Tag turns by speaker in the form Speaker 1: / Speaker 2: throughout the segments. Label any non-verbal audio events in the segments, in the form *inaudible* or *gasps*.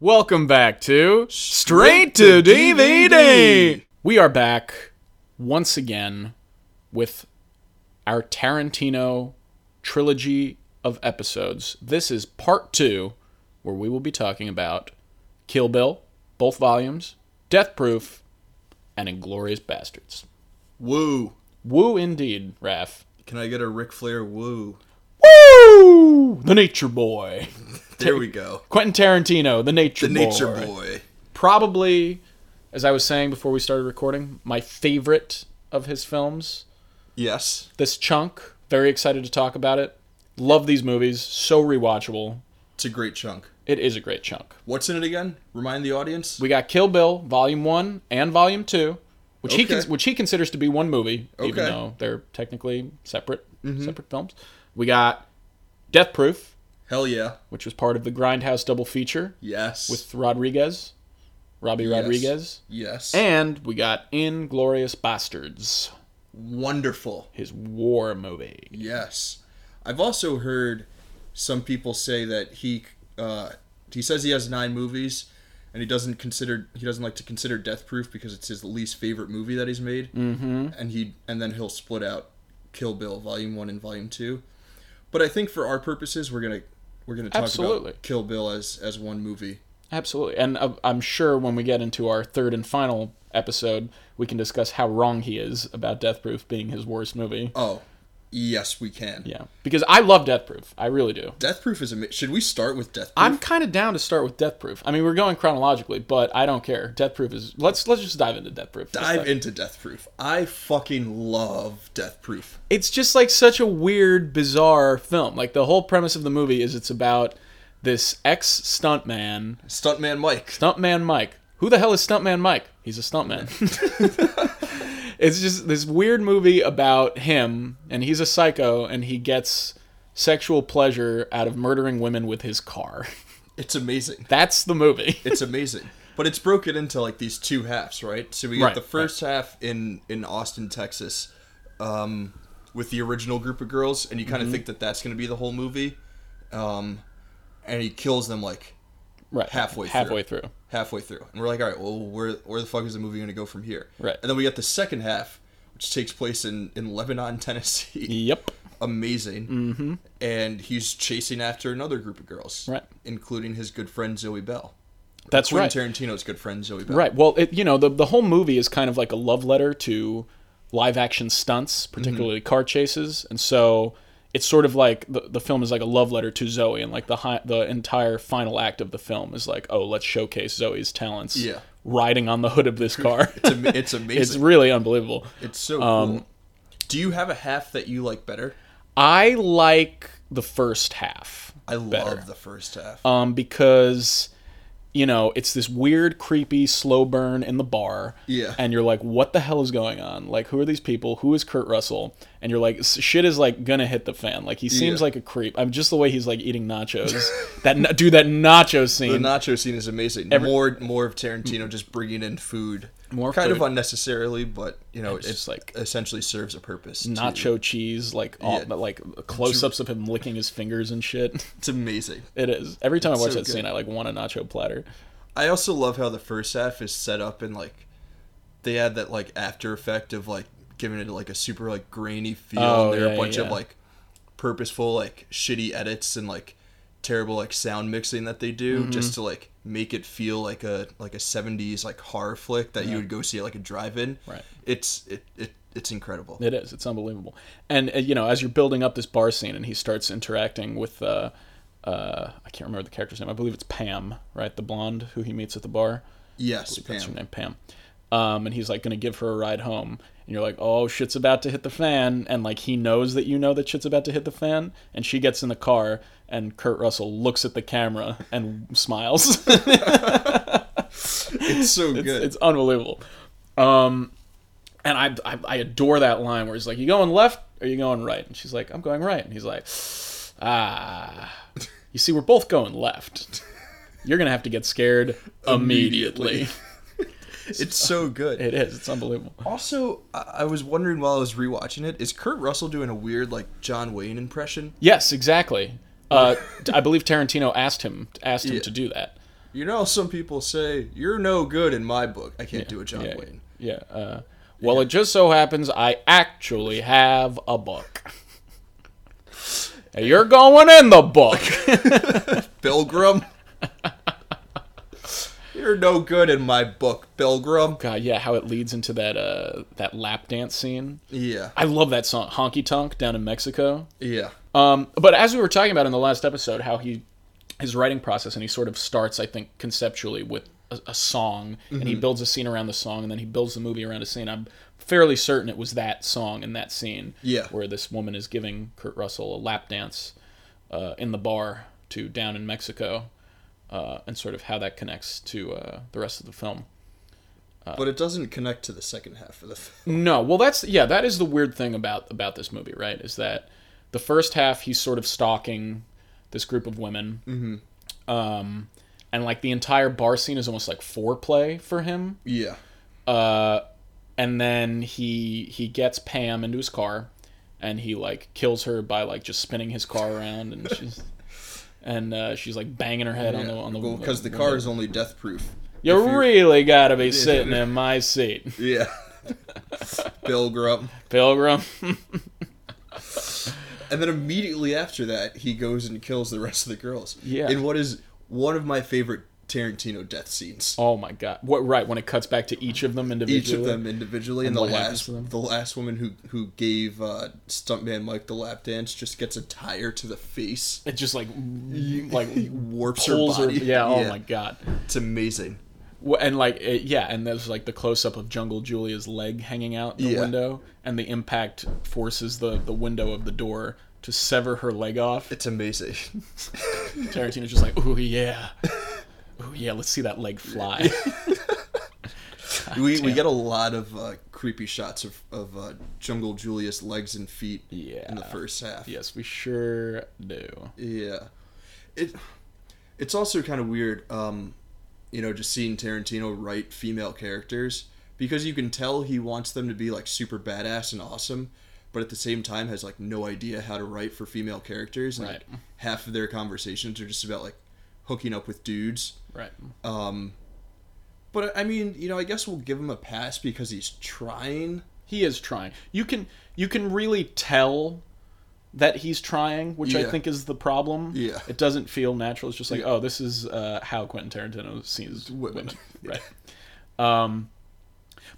Speaker 1: Welcome back to Straight to DVD. We are back once again with our Tarantino trilogy of episodes. This is part 2 where we will be talking about Kill Bill, both volumes, Death Proof, and Inglorious Bastards.
Speaker 2: Woo.
Speaker 1: Woo indeed, Raph.
Speaker 2: Can I get a Ric Flair woo?
Speaker 1: Woo! The Nature Boy.
Speaker 2: There we go.
Speaker 1: Quentin Tarantino, *laughs* The Nature
Speaker 2: The
Speaker 1: Boy.
Speaker 2: Nature Boy.
Speaker 1: probably, as I was saying before we started recording, my favorite of his films.
Speaker 2: Yes.
Speaker 1: This chunk, very excited to talk about it. Love these movies, so rewatchable.
Speaker 2: It's a great chunk.
Speaker 1: It is a great chunk.
Speaker 2: What's in it again? Remind the audience.
Speaker 1: We got Kill Bill Volume 1 and Volume 2, which he
Speaker 2: Okay.
Speaker 1: cons- which he considers to be one movie even
Speaker 2: Okay. Mm-hmm.
Speaker 1: though they're technically separate separate films. We got Death Proof,
Speaker 2: Hell yeah.
Speaker 1: which was part of the Grindhouse double feature
Speaker 2: Yes.
Speaker 1: with Rodriguez, Robbie Rodriguez,
Speaker 2: yes.
Speaker 1: and we got Inglorious Bastards.
Speaker 2: Wonderful.
Speaker 1: his war movie.
Speaker 2: Yes. I've also heard some people say that he uh, he says he has nine movies and he doesn't consider he doesn't like to consider Death Proof because it's his least favorite movie that he's made.
Speaker 1: Mm-hmm.
Speaker 2: and he and then he'll split out Kill Bill Volume One and Volume Two. But I think for our purposes, we're gonna we're gonna talk
Speaker 1: Absolutely.
Speaker 2: about Kill Bill as as one movie.
Speaker 1: Absolutely. And uh, I'm sure when we get into our third and final episode, we can discuss how wrong he is about Death Proof being his worst movie.
Speaker 2: Oh, yes, we can.
Speaker 1: Yeah. Because I love Death Proof. I really do.
Speaker 2: Death Proof is a. Should we start with Death Proof?
Speaker 1: I'm kind of down to start with Death Proof. I mean, we're going chronologically, but I don't care. Death Proof is let's let's just dive into Death Proof. for a
Speaker 2: dive
Speaker 1: second.
Speaker 2: into Death Proof. I fucking love Death Proof.
Speaker 1: It's just like such a weird, bizarre film. Like the whole premise of the movie is it's about this ex stuntman
Speaker 2: Stuntman Mike.
Speaker 1: Stuntman Mike. Who the hell is Stuntman Mike? He's a stuntman. it's just this weird movie about him, and he's a psycho, and he gets sexual pleasure out of murdering women with his car. *laughs*
Speaker 2: It's amazing.
Speaker 1: That's the movie.
Speaker 2: It's amazing. But it's broken into like these two halves, right? So we got
Speaker 1: Right,
Speaker 2: the first half in in Austin, Texas, um, with the original group of girls, and you
Speaker 1: Mm-hmm.
Speaker 2: kind of think that that's going to be the whole movie, um, and he kills them like
Speaker 1: Right.
Speaker 2: halfway through.
Speaker 1: halfway through.
Speaker 2: halfway through, and we're like, all right, well, where where the fuck is the movie going to go from here?
Speaker 1: Right.
Speaker 2: And then we got the second half, which takes place in in Lebanon, *laughs* Tennessee.
Speaker 1: Yep.
Speaker 2: Amazing. Mm-hmm. And he's chasing after another group of girls,
Speaker 1: Right.
Speaker 2: Including his good friend Zoe Bell.
Speaker 1: That's right.
Speaker 2: Quentin Tarantino's good friend Zoe Bell.
Speaker 1: Right. Well, it, you know, the the whole movie is kind of like a love letter to live action
Speaker 2: Mm-hmm.
Speaker 1: stunts, particularly car chases, and so it's sort of like the, the film is like a love letter to Zoe, and like the hi- the entire final act of the film is like, oh, let's showcase Zoe's talents.
Speaker 2: Yeah.
Speaker 1: Riding on the hood of
Speaker 2: *laughs*
Speaker 1: this car.
Speaker 2: It's, am- it's
Speaker 1: *laughs*
Speaker 2: amazing.
Speaker 1: it's um,
Speaker 2: it's,
Speaker 1: really unbelievable.
Speaker 2: so cool. Do you have a half that you like better?
Speaker 1: I like the first half.
Speaker 2: I
Speaker 1: better.
Speaker 2: love the first half.
Speaker 1: um, because you know it's this weird creepy slow burn in the bar
Speaker 2: Yeah.
Speaker 1: and you're like what the hell is going on like who are these people who is kurt russell and you're like s- shit is like gonna hit the fan like he seems
Speaker 2: Yeah.
Speaker 1: like a creep i'm just the way he's like eating nachos that na- dude that nacho
Speaker 2: *laughs* the
Speaker 1: scene
Speaker 2: nacho scene is amazing. more more of Tarantino just bringing in food.
Speaker 1: More
Speaker 2: kind
Speaker 1: food.
Speaker 2: of unnecessarily, but you know,
Speaker 1: It's
Speaker 2: it's,
Speaker 1: just like-
Speaker 2: like essentially serves a purpose. to-
Speaker 1: nacho cheese like all,
Speaker 2: Yeah.
Speaker 1: but like close-ups of him licking his fingers and shit *laughs*
Speaker 2: It's amazing.
Speaker 1: it is every time i watch
Speaker 2: so
Speaker 1: that
Speaker 2: good.
Speaker 1: scene i like want a nacho platter
Speaker 2: I also love how the first half is set up and like they had that like after effect of like giving it like a super like grainy feel
Speaker 1: Oh,
Speaker 2: and there are
Speaker 1: yeah,
Speaker 2: a bunch
Speaker 1: yeah.
Speaker 2: of like purposeful like shitty edits and like terrible like sound mixing that they do
Speaker 1: Mm-hmm.
Speaker 2: just to like make it feel like a like a 70s like horror flick that you would go see at like a drive-in.
Speaker 1: Right.
Speaker 2: It's it, it it's incredible.
Speaker 1: It is. It's unbelievable. And uh, you know, as you're building up this bar scene, and he starts interacting with, uh, uh, I can't remember the character's name. I believe it's Pam, right? The blonde who he meets at the bar.
Speaker 2: yes,
Speaker 1: That's her
Speaker 2: Pam.
Speaker 1: name, Pam. Um, and he's like going to give her a ride home, and you're like, "Oh, shit's about to hit the fan," and like he knows that you know that shit's about to hit the fan, and she gets in the car, and Kurt Russell looks at the camera and *laughs* smiles.
Speaker 2: It's so
Speaker 1: *laughs*
Speaker 2: good.
Speaker 1: It's, it's unbelievable. Um, and I, I I adore that line where he's like, "You going left or you going right?" And she's like, "I'm going right." And he's like, "Ah, you see, we're both going left. You're gonna have to get scared immediately."
Speaker 2: it's so good.
Speaker 1: it is. It's unbelievable.
Speaker 2: Also, I I was wondering while I was rewatching it, is Kurt Russell doing a weird like John Wayne impression?
Speaker 1: Yes, exactly. Uh, I believe Tarantino asked him asked him to do that.
Speaker 2: You know, some people say you're no good in my book. I can't do a John
Speaker 1: yeah,
Speaker 2: Wayne.
Speaker 1: yeah. Uh, well, it just so happens I actually have a book. You're going in the book.
Speaker 2: Pilgrim. *laughs* you're no good in my book, Pilgrim.
Speaker 1: God, yeah, how it leads into that uh, that lap dance scene.
Speaker 2: Yeah,
Speaker 1: I love that song, Honky Tonk, down in Mexico.
Speaker 2: yeah,
Speaker 1: Um, but as we were talking about in the last episode, how he his writing process and he sort of starts, I think, conceptually with a, a song and he builds a scene around the song and then he builds the movie around a scene. I'm fairly certain it was that song and that scene
Speaker 2: Yeah.
Speaker 1: where this woman is giving Kurt Russell a lap dance uh, in the bar to Down in Mexico uh, and sort of how that connects to uh, the rest of the film. Uh,
Speaker 2: but it doesn't connect to the second half of the. Film.
Speaker 1: No, well, that's yeah, that is the weird thing about about this movie, right? Is that the first half he's sort of stalking this group of women, mm-hmm. um, and like the entire bar scene is almost like foreplay for him.
Speaker 2: Yeah,
Speaker 1: Uh, and then he he gets Pam into his car, and he like kills her by like just spinning his car around,
Speaker 2: *laughs*
Speaker 1: and she's and uh, she's like banging her head on the on the
Speaker 2: because the car is only death proof.
Speaker 1: You
Speaker 2: if you're-
Speaker 1: really gotta
Speaker 2: *laughs*
Speaker 1: be sitting in my seat,
Speaker 2: Yeah, *laughs* Pilgrim.
Speaker 1: Pilgrim. *laughs*
Speaker 2: And then immediately after that, he goes and kills the rest of the girls.
Speaker 1: Yeah.
Speaker 2: In what is one of my favorite Tarantino death scenes.
Speaker 1: Oh my god! What right when it cuts back to each of them individually?
Speaker 2: Each of them individually, and,
Speaker 1: what
Speaker 2: the
Speaker 1: happens
Speaker 2: last
Speaker 1: to them?
Speaker 2: the last woman who who gave uh, stuntman Mike the lap dance just gets a tire to the face,
Speaker 1: It just like *laughs*
Speaker 2: *laughs*
Speaker 1: like
Speaker 2: warps her
Speaker 1: pulls her.
Speaker 2: body.
Speaker 1: Yeah. Oh my god.
Speaker 2: It's amazing.
Speaker 1: Wh- And like it, yeah, and there's like the close up of Jungle Julia's leg hanging out the
Speaker 2: Yeah.
Speaker 1: window, and the impact forces the the window of the door to sever her leg off.
Speaker 2: It's amazing.
Speaker 1: *laughs* Tarantino's just like, ooh yeah, ooh yeah, let's see that leg fly.
Speaker 2: we we get a lot of uh, creepy shots of of uh, Jungle Julius legs and feet.
Speaker 1: Yeah.
Speaker 2: In the first half.
Speaker 1: *laughs* yes, we sure do.
Speaker 2: Yeah. It it's also kind of weird um you know just seeing Tarantino write female characters because you can tell he wants them to be like super badass and awesome but at the same time has like no idea how to write for female characters and
Speaker 1: Right.
Speaker 2: like, half of their conversations are just about like hooking up with dudes
Speaker 1: Right.
Speaker 2: um but I I mean, you know, I guess we'll give him a pass because he's trying.
Speaker 1: he is trying you can you can really tell that he's trying which i
Speaker 2: Yeah.
Speaker 1: think is the problem
Speaker 2: Yeah.
Speaker 1: it doesn't feel natural it's just like oh this is uh, how quentin tarantino sees women,
Speaker 2: Women. *laughs*
Speaker 1: right um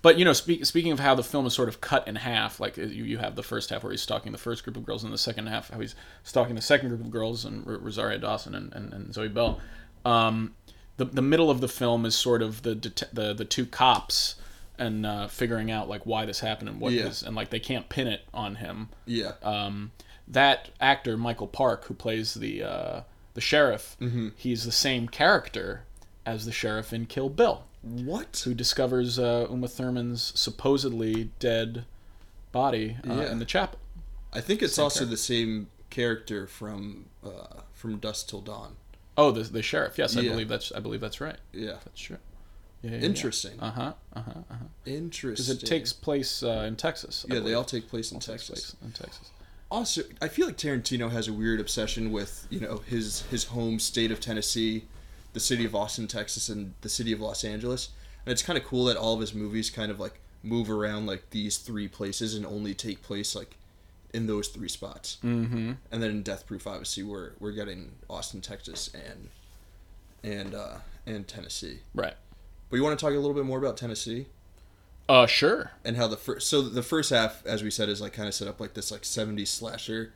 Speaker 1: but you know speak, speaking of how the film is sort of cut in half like you, you have the first half where he's stalking the first group of girls and the second half how he's stalking the second group of girls and R- rosaria dawson and, and, and zoe bell um, the, the middle of the film is sort of the det- the, the two cops and uh, figuring out like why this happened and what
Speaker 2: Yeah.
Speaker 1: his- and like they can't pin it on him
Speaker 2: Yeah.
Speaker 1: um, that actor Michael Park, who plays the uh, the sheriff,
Speaker 2: Mm-hmm.
Speaker 1: he's the same character as the sheriff in Kill Bill,
Speaker 2: what?
Speaker 1: who discovers uh, Uma Thurman's supposedly dead body uh,
Speaker 2: Yeah.
Speaker 1: in the chapel.
Speaker 2: I think it's also the same character from uh, from Dust Till Dawn.
Speaker 1: Oh, the, the sheriff. Yes, I
Speaker 2: Yeah.
Speaker 1: believe that's I believe that's right.
Speaker 2: Yeah.
Speaker 1: That's true. Yeah, yeah,
Speaker 2: Interesting.
Speaker 1: Uh huh. Uh huh. Uh huh.
Speaker 2: Interesting.
Speaker 1: It takes place uh, in Texas. I
Speaker 2: Yeah, they
Speaker 1: believe.
Speaker 2: all take place in
Speaker 1: Takes
Speaker 2: Texas.
Speaker 1: place in Texas.
Speaker 2: Also, I feel like Tarantino has a weird obsession with you know his his home state of Tennessee, the city of Austin, Texas, and the city of Los Angeles. And it's kind of cool that all of his movies kind of like move around like these three places and only take place like in those three spots.
Speaker 1: Mm.
Speaker 2: Mm-hmm. And then in Death Proof, obviously, we're we're getting Austin, Texas, and and uh, and Tennessee.
Speaker 1: Right.
Speaker 2: But you want to talk a little bit more about Tennessee?
Speaker 1: Uh, sure.
Speaker 2: and how the first so the first half as we said is like kind of set up like this like 70s slasher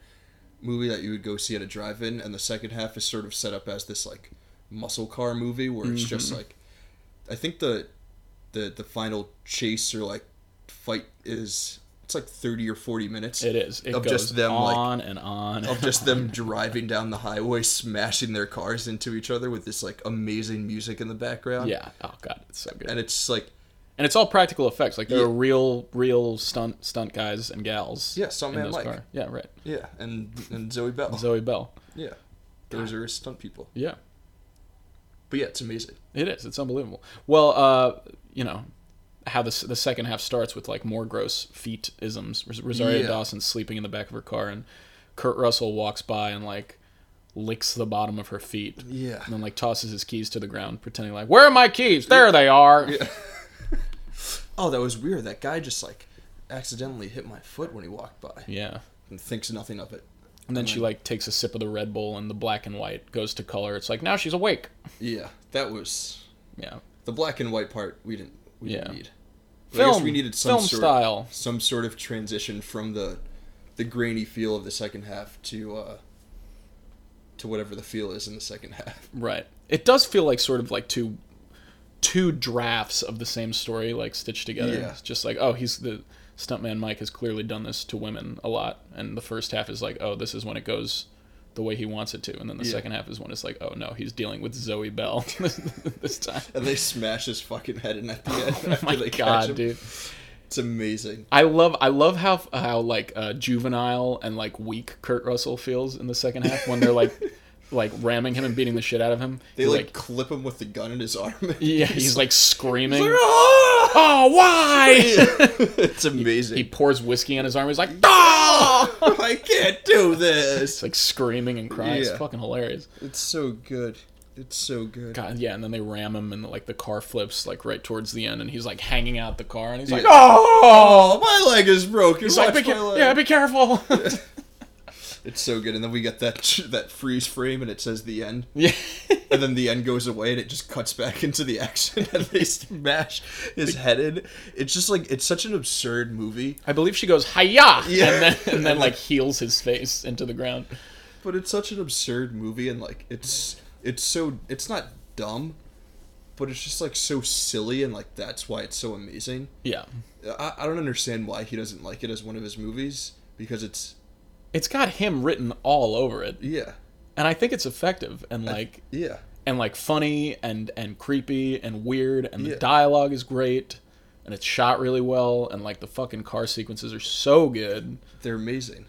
Speaker 2: movie that you would go see at a drive-in and the second half is sort of set up as this like muscle car movie where it's
Speaker 1: Mm-hmm.
Speaker 2: just like i think the the the final chase or like fight is it's like 30 or 40 minutes
Speaker 1: It is. It
Speaker 2: Of
Speaker 1: goes
Speaker 2: just them, like-
Speaker 1: on and on.
Speaker 2: *laughs* of just them driving down the highway smashing their cars into each other with this like amazing music in the
Speaker 1: *laughs*
Speaker 2: background
Speaker 1: yeah. Oh god, it's so good.
Speaker 2: and it's like
Speaker 1: and it's all practical effects. Like there
Speaker 2: Yeah.
Speaker 1: are real, real stunt stunt guys and gals.
Speaker 2: Yeah, stuntman
Speaker 1: in those
Speaker 2: Mike.
Speaker 1: car- Yeah, right.
Speaker 2: yeah and and zoe bell
Speaker 1: Zoe Bell.
Speaker 2: yeah those are his stunt people
Speaker 1: Yeah,
Speaker 2: but yeah it's amazing
Speaker 1: it is. It's unbelievable. Well, uh, you know how this the second half starts with like more gross feet isms. Rosario
Speaker 2: Yeah.
Speaker 1: Dawson sleeping in the back of her car, and Kurt Russell walks by and like licks the bottom of her feet,
Speaker 2: Yeah.
Speaker 1: and then like tosses his keys to the ground, pretending like, "Where are my keys? There they are."
Speaker 2: Oh, that was weird. That guy just like accidentally hit my foot when he walked by
Speaker 1: yeah.
Speaker 2: and thinks nothing of it.
Speaker 1: And then she like takes a sip of the Red Bull, and the black and white goes to color. It's like now she's awake.
Speaker 2: Yeah, that was
Speaker 1: Yeah.
Speaker 2: the black and white part. We didn't. We didn't
Speaker 1: Yeah.
Speaker 2: need. But I guess
Speaker 1: Film.
Speaker 2: we needed some
Speaker 1: film
Speaker 2: sort-
Speaker 1: style.
Speaker 2: Some sort of transition from the the grainy feel of the second half to uh, to whatever the feel is in the second half. *laughs*
Speaker 1: Right. It does feel like sort of like two two drafts of the same story like stitched together.
Speaker 2: Yeah.
Speaker 1: It's just like, oh, he's the stuntman Mike has clearly done this to women a lot and the first half is like, oh, this is when it goes the way he wants it to and then the
Speaker 2: Yeah.
Speaker 1: second half is when it's like, oh no, he's dealing with Zoe Bell *laughs* this time.
Speaker 2: And they smash his fucking head in at the
Speaker 1: *laughs*
Speaker 2: end. *laughs*
Speaker 1: Oh
Speaker 2: after
Speaker 1: my
Speaker 2: they catch him.
Speaker 1: god, dude.
Speaker 2: It's amazing.
Speaker 1: I love I love how how like uh, juvenile and like weak Kurt Russell feels in the second half when they're
Speaker 2: *laughs*
Speaker 1: like like ramming him and beating the shit out of him.
Speaker 2: They
Speaker 1: He's
Speaker 2: like, clip him with the gun in his arm. *laughs*
Speaker 1: yeah, he's like screaming.
Speaker 2: "Ah!"
Speaker 1: *laughs* oh why
Speaker 2: *laughs* it's amazing.
Speaker 1: *laughs* he pours whiskey on his arm he's like ah!
Speaker 2: *laughs* I can't do
Speaker 1: it's *laughs*
Speaker 2: this.
Speaker 1: like screaming and crying it's
Speaker 2: Yeah.
Speaker 1: fucking hilarious
Speaker 2: It's so good. It's so good.
Speaker 1: god yeah and then they ram him and like the car flips like right towards the end and he's like hanging out the car and he's like
Speaker 2: Yeah.
Speaker 1: oh
Speaker 2: Oh, my leg is broken.
Speaker 1: he's
Speaker 2: Watch
Speaker 1: like be
Speaker 2: my
Speaker 1: ca-
Speaker 2: leg.
Speaker 1: yeah be careful *laughs*
Speaker 2: *laughs* It's so good. And then we get that *laughs* that freeze frame, and it says the end.
Speaker 1: yeah
Speaker 2: And then the end goes away, and it just cuts back *laughs* into the action, and they smash his head in. It's just like it's such an absurd movie,
Speaker 1: i believe she goes hiya
Speaker 2: Yeah.
Speaker 1: and then and then
Speaker 2: *laughs*
Speaker 1: like heals his face into the ground
Speaker 2: but it's such an absurd movie, and like it's it's so it's not dumb, but it's just like so silly, and like that's why it's so amazing.
Speaker 1: yeah
Speaker 2: I, I don't understand why he doesn't like it as one of his movies because it's
Speaker 1: it's got him written all over it
Speaker 2: yeah
Speaker 1: and i think it's effective and like
Speaker 2: yeah
Speaker 1: and like funny and and creepy and weird and the
Speaker 2: Yeah.
Speaker 1: dialogue is great and it's shot really well and like the fucking car sequences are so good
Speaker 2: they're amazing.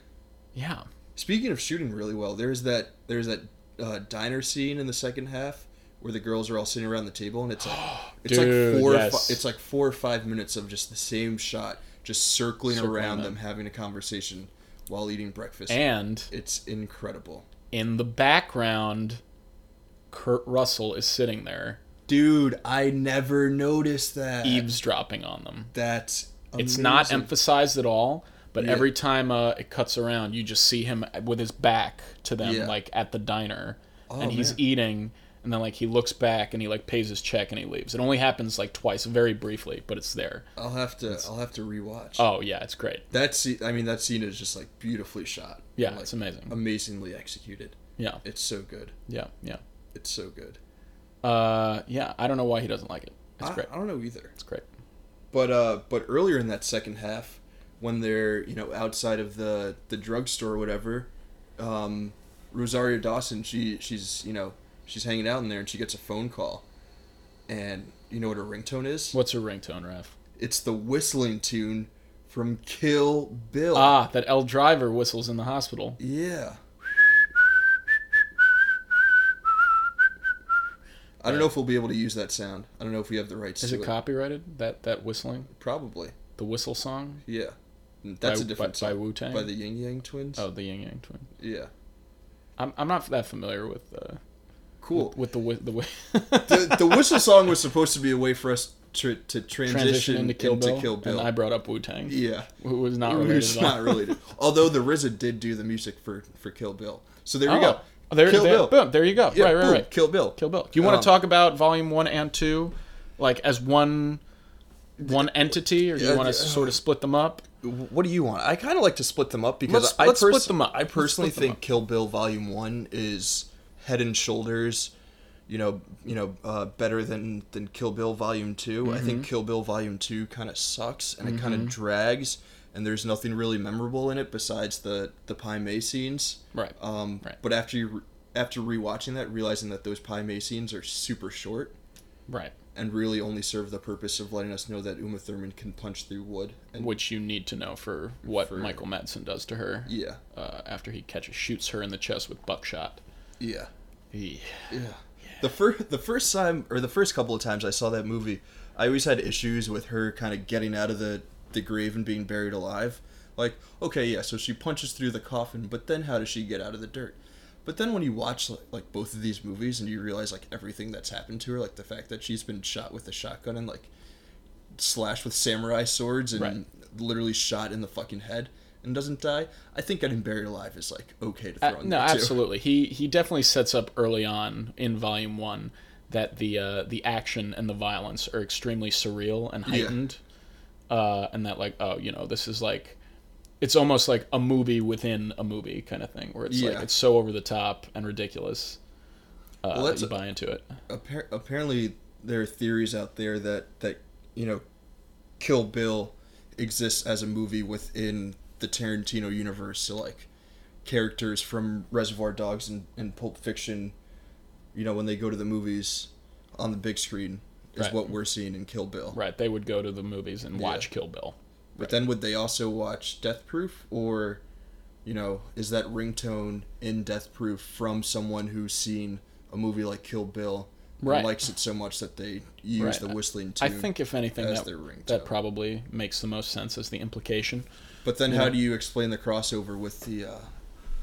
Speaker 1: yeah
Speaker 2: Speaking of shooting really well, there's that there's that uh, diner scene in the second half where the girls are all sitting around the table and
Speaker 1: *gasps*
Speaker 2: it's like it's
Speaker 1: Dude,
Speaker 2: like four or
Speaker 1: yes.
Speaker 2: fi- it's like four or five minutes of just the same shot just circling,
Speaker 1: Circling
Speaker 2: around
Speaker 1: them.
Speaker 2: them having a conversation while eating breakfast.
Speaker 1: and
Speaker 2: it's incredible,
Speaker 1: in the background kurt russell is sitting there
Speaker 2: dude. I never noticed that.
Speaker 1: eavesdropping on them
Speaker 2: That's
Speaker 1: it's not
Speaker 2: amazing.
Speaker 1: emphasized at all but
Speaker 2: Yeah.
Speaker 1: every time uh, it cuts around you just see him with his back to them
Speaker 2: Yeah.
Speaker 1: like at the diner
Speaker 2: Oh,
Speaker 1: and he's
Speaker 2: man.
Speaker 1: eating and then like he looks back and he like pays his check and he leaves it only happens like twice very briefly but it's there
Speaker 2: I'll have to I'll have to rewatch.
Speaker 1: Oh yeah, it's great.
Speaker 2: That scene, I mean, that scene is just like beautifully shot.
Speaker 1: Yeah,
Speaker 2: Like,
Speaker 1: it's amazing.
Speaker 2: amazingly executed.
Speaker 1: yeah,
Speaker 2: It's so good.
Speaker 1: yeah, yeah.
Speaker 2: It's so good.
Speaker 1: Uh, yeah, I don't know why he doesn't like it. It's
Speaker 2: I,
Speaker 1: great.
Speaker 2: I don't know either.
Speaker 1: It's great.
Speaker 2: But uh, but earlier in that second half, when they're you know outside of the the drugstore or whatever, um, Rosario Dawson she she's you know she's hanging out in there and she gets a phone call, and you know what her ringtone is?
Speaker 1: What's your ringtone, Raf?
Speaker 2: It's the whistling tune from Kill Bill.
Speaker 1: Ah, that L driver whistles in the hospital.
Speaker 2: Yeah. I don't know if we'll be able to use that sound. I don't know if we have the rights
Speaker 1: Is
Speaker 2: to
Speaker 1: it copyrighted? That that whistling,
Speaker 2: Probably.
Speaker 1: the whistle song.
Speaker 2: Yeah. Mm, That's
Speaker 1: by,
Speaker 2: a different
Speaker 1: by, by
Speaker 2: song.
Speaker 1: Wu Tang.
Speaker 2: By the Ying Yang Twins.
Speaker 1: oh, the Yin Yang Twin.
Speaker 2: Yeah.
Speaker 1: I'm I'm not that familiar with uh
Speaker 2: Cool.
Speaker 1: with the wi- the wi- *laughs*
Speaker 2: the, the whistle song was supposed to be a way for us to, to transition,
Speaker 1: transition into Kill Bill. And I brought up Wu Tang.
Speaker 2: yeah.
Speaker 1: who was not related.
Speaker 2: It's
Speaker 1: at all. *laughs*
Speaker 2: not related. Although the RZA did do the music for, for Kill Bill. So there
Speaker 1: Oh,
Speaker 2: you go.
Speaker 1: There,
Speaker 2: Kill
Speaker 1: there,
Speaker 2: Bill.
Speaker 1: Boom. There you go.
Speaker 2: Yeah,
Speaker 1: right, right,
Speaker 2: boom,
Speaker 1: right.
Speaker 2: Kill Bill.
Speaker 1: Kill Bill. Do you want
Speaker 2: Um,
Speaker 1: to talk about Volume One and Two, like as one, one entity, or do you
Speaker 2: Yeah,
Speaker 1: want
Speaker 2: yeah. Um,
Speaker 1: to sort of split them up?
Speaker 2: What do you want? I kind of like to split them up because
Speaker 1: Let's-
Speaker 2: I
Speaker 1: let's
Speaker 2: pers-
Speaker 1: split them up.
Speaker 2: I
Speaker 1: Let's
Speaker 2: personally
Speaker 1: split them
Speaker 2: think Kill Bill Volume One is head and shoulders, you know, you know, uh, better than than Kill Bill Volume 2 I
Speaker 1: Mm-hmm.
Speaker 2: think Kill Bill Volume Two kind of sucks and it kind of drags, and there's nothing really memorable in it besides the the Pai Mei scenes.
Speaker 1: Right.
Speaker 2: Um,
Speaker 1: Right.
Speaker 2: But after you re- after rewatching that, realizing that those Pai Mei scenes are super short
Speaker 1: Right.
Speaker 2: and really only serve the purpose of letting us know that Uma Thurman can punch through wood and
Speaker 1: Which you need to know for what Michael Madsen does to her
Speaker 2: yeah,
Speaker 1: uh, after he catches shoots her in the chest with buckshot.
Speaker 2: yeah.
Speaker 1: Eeh.
Speaker 2: Yeah. The first the first time or the first couple of times I saw that movie, I always had issues with her kind of getting out of the the grave and being buried alive. Like, okay, yeah, so she punches through the coffin, but then how does she get out of the dirt? But then when you watch like, like both of these movies and you realize like everything that's happened to her, like the fact that she's been shot with a shotgun and like slashed with samurai swords and
Speaker 1: Right.
Speaker 2: literally shot in the fucking head and doesn't die, I think getting buried alive is like okay to throw
Speaker 1: Uh,
Speaker 2: in
Speaker 1: no,
Speaker 2: there too.
Speaker 1: absolutely. He he definitely sets up early on in Volume One that the uh, the action and the violence are extremely surreal and heightened, uh, and that like oh you know this is like it's almost like a movie within a movie kind of thing where it's
Speaker 2: Yeah.
Speaker 1: like it's so over the top and ridiculous. Uh,
Speaker 2: Well,
Speaker 1: that
Speaker 2: that's-
Speaker 1: you buy into it.
Speaker 2: Appar- apparently there are theories out there that that you know Kill Bill exists as a movie within the Tarantino universe so like characters from Reservoir Dogs and, and Pulp Fiction you know when they go to the movies on the big screen is
Speaker 1: Right.
Speaker 2: what we're seeing in Kill Bill
Speaker 1: Right, they would go to the movies and watch Kill Bill.
Speaker 2: but then would they also watch Death Proof or you know is that ringtone in Death Proof from someone who's seen a movie like Kill Bill and
Speaker 1: Right.
Speaker 2: likes it so much that they use
Speaker 1: Right.
Speaker 2: the whistling tune
Speaker 1: I think if anything
Speaker 2: as
Speaker 1: that,
Speaker 2: their ringtone.
Speaker 1: that probably makes the most sense is the implication.
Speaker 2: but then how do you explain the crossover with the uh,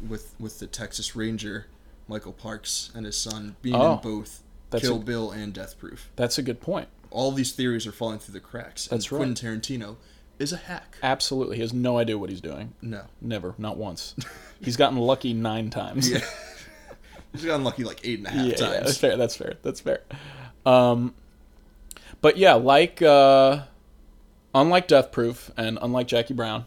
Speaker 2: with with the Texas Ranger Michael Parks and his son being
Speaker 1: Oh.
Speaker 2: in both
Speaker 1: That's
Speaker 2: Kill
Speaker 1: a-
Speaker 2: Bill and Death Proof
Speaker 1: That's a good point.
Speaker 2: all these theories are falling through the cracks
Speaker 1: That's
Speaker 2: and
Speaker 1: right.
Speaker 2: Quentin Tarantino is a hack
Speaker 1: Absolutely, he has no idea what he's doing.
Speaker 2: no
Speaker 1: Never, not
Speaker 2: *laughs*
Speaker 1: once. He's gotten lucky nine times. Yeah,
Speaker 2: he's gotten lucky like eight and a
Speaker 1: *laughs*
Speaker 2: half
Speaker 1: yeah, that's
Speaker 2: times
Speaker 1: fair. That's fair. That's fair. Um, but yeah, like uh, unlike Death Proof and unlike Jackie Brown,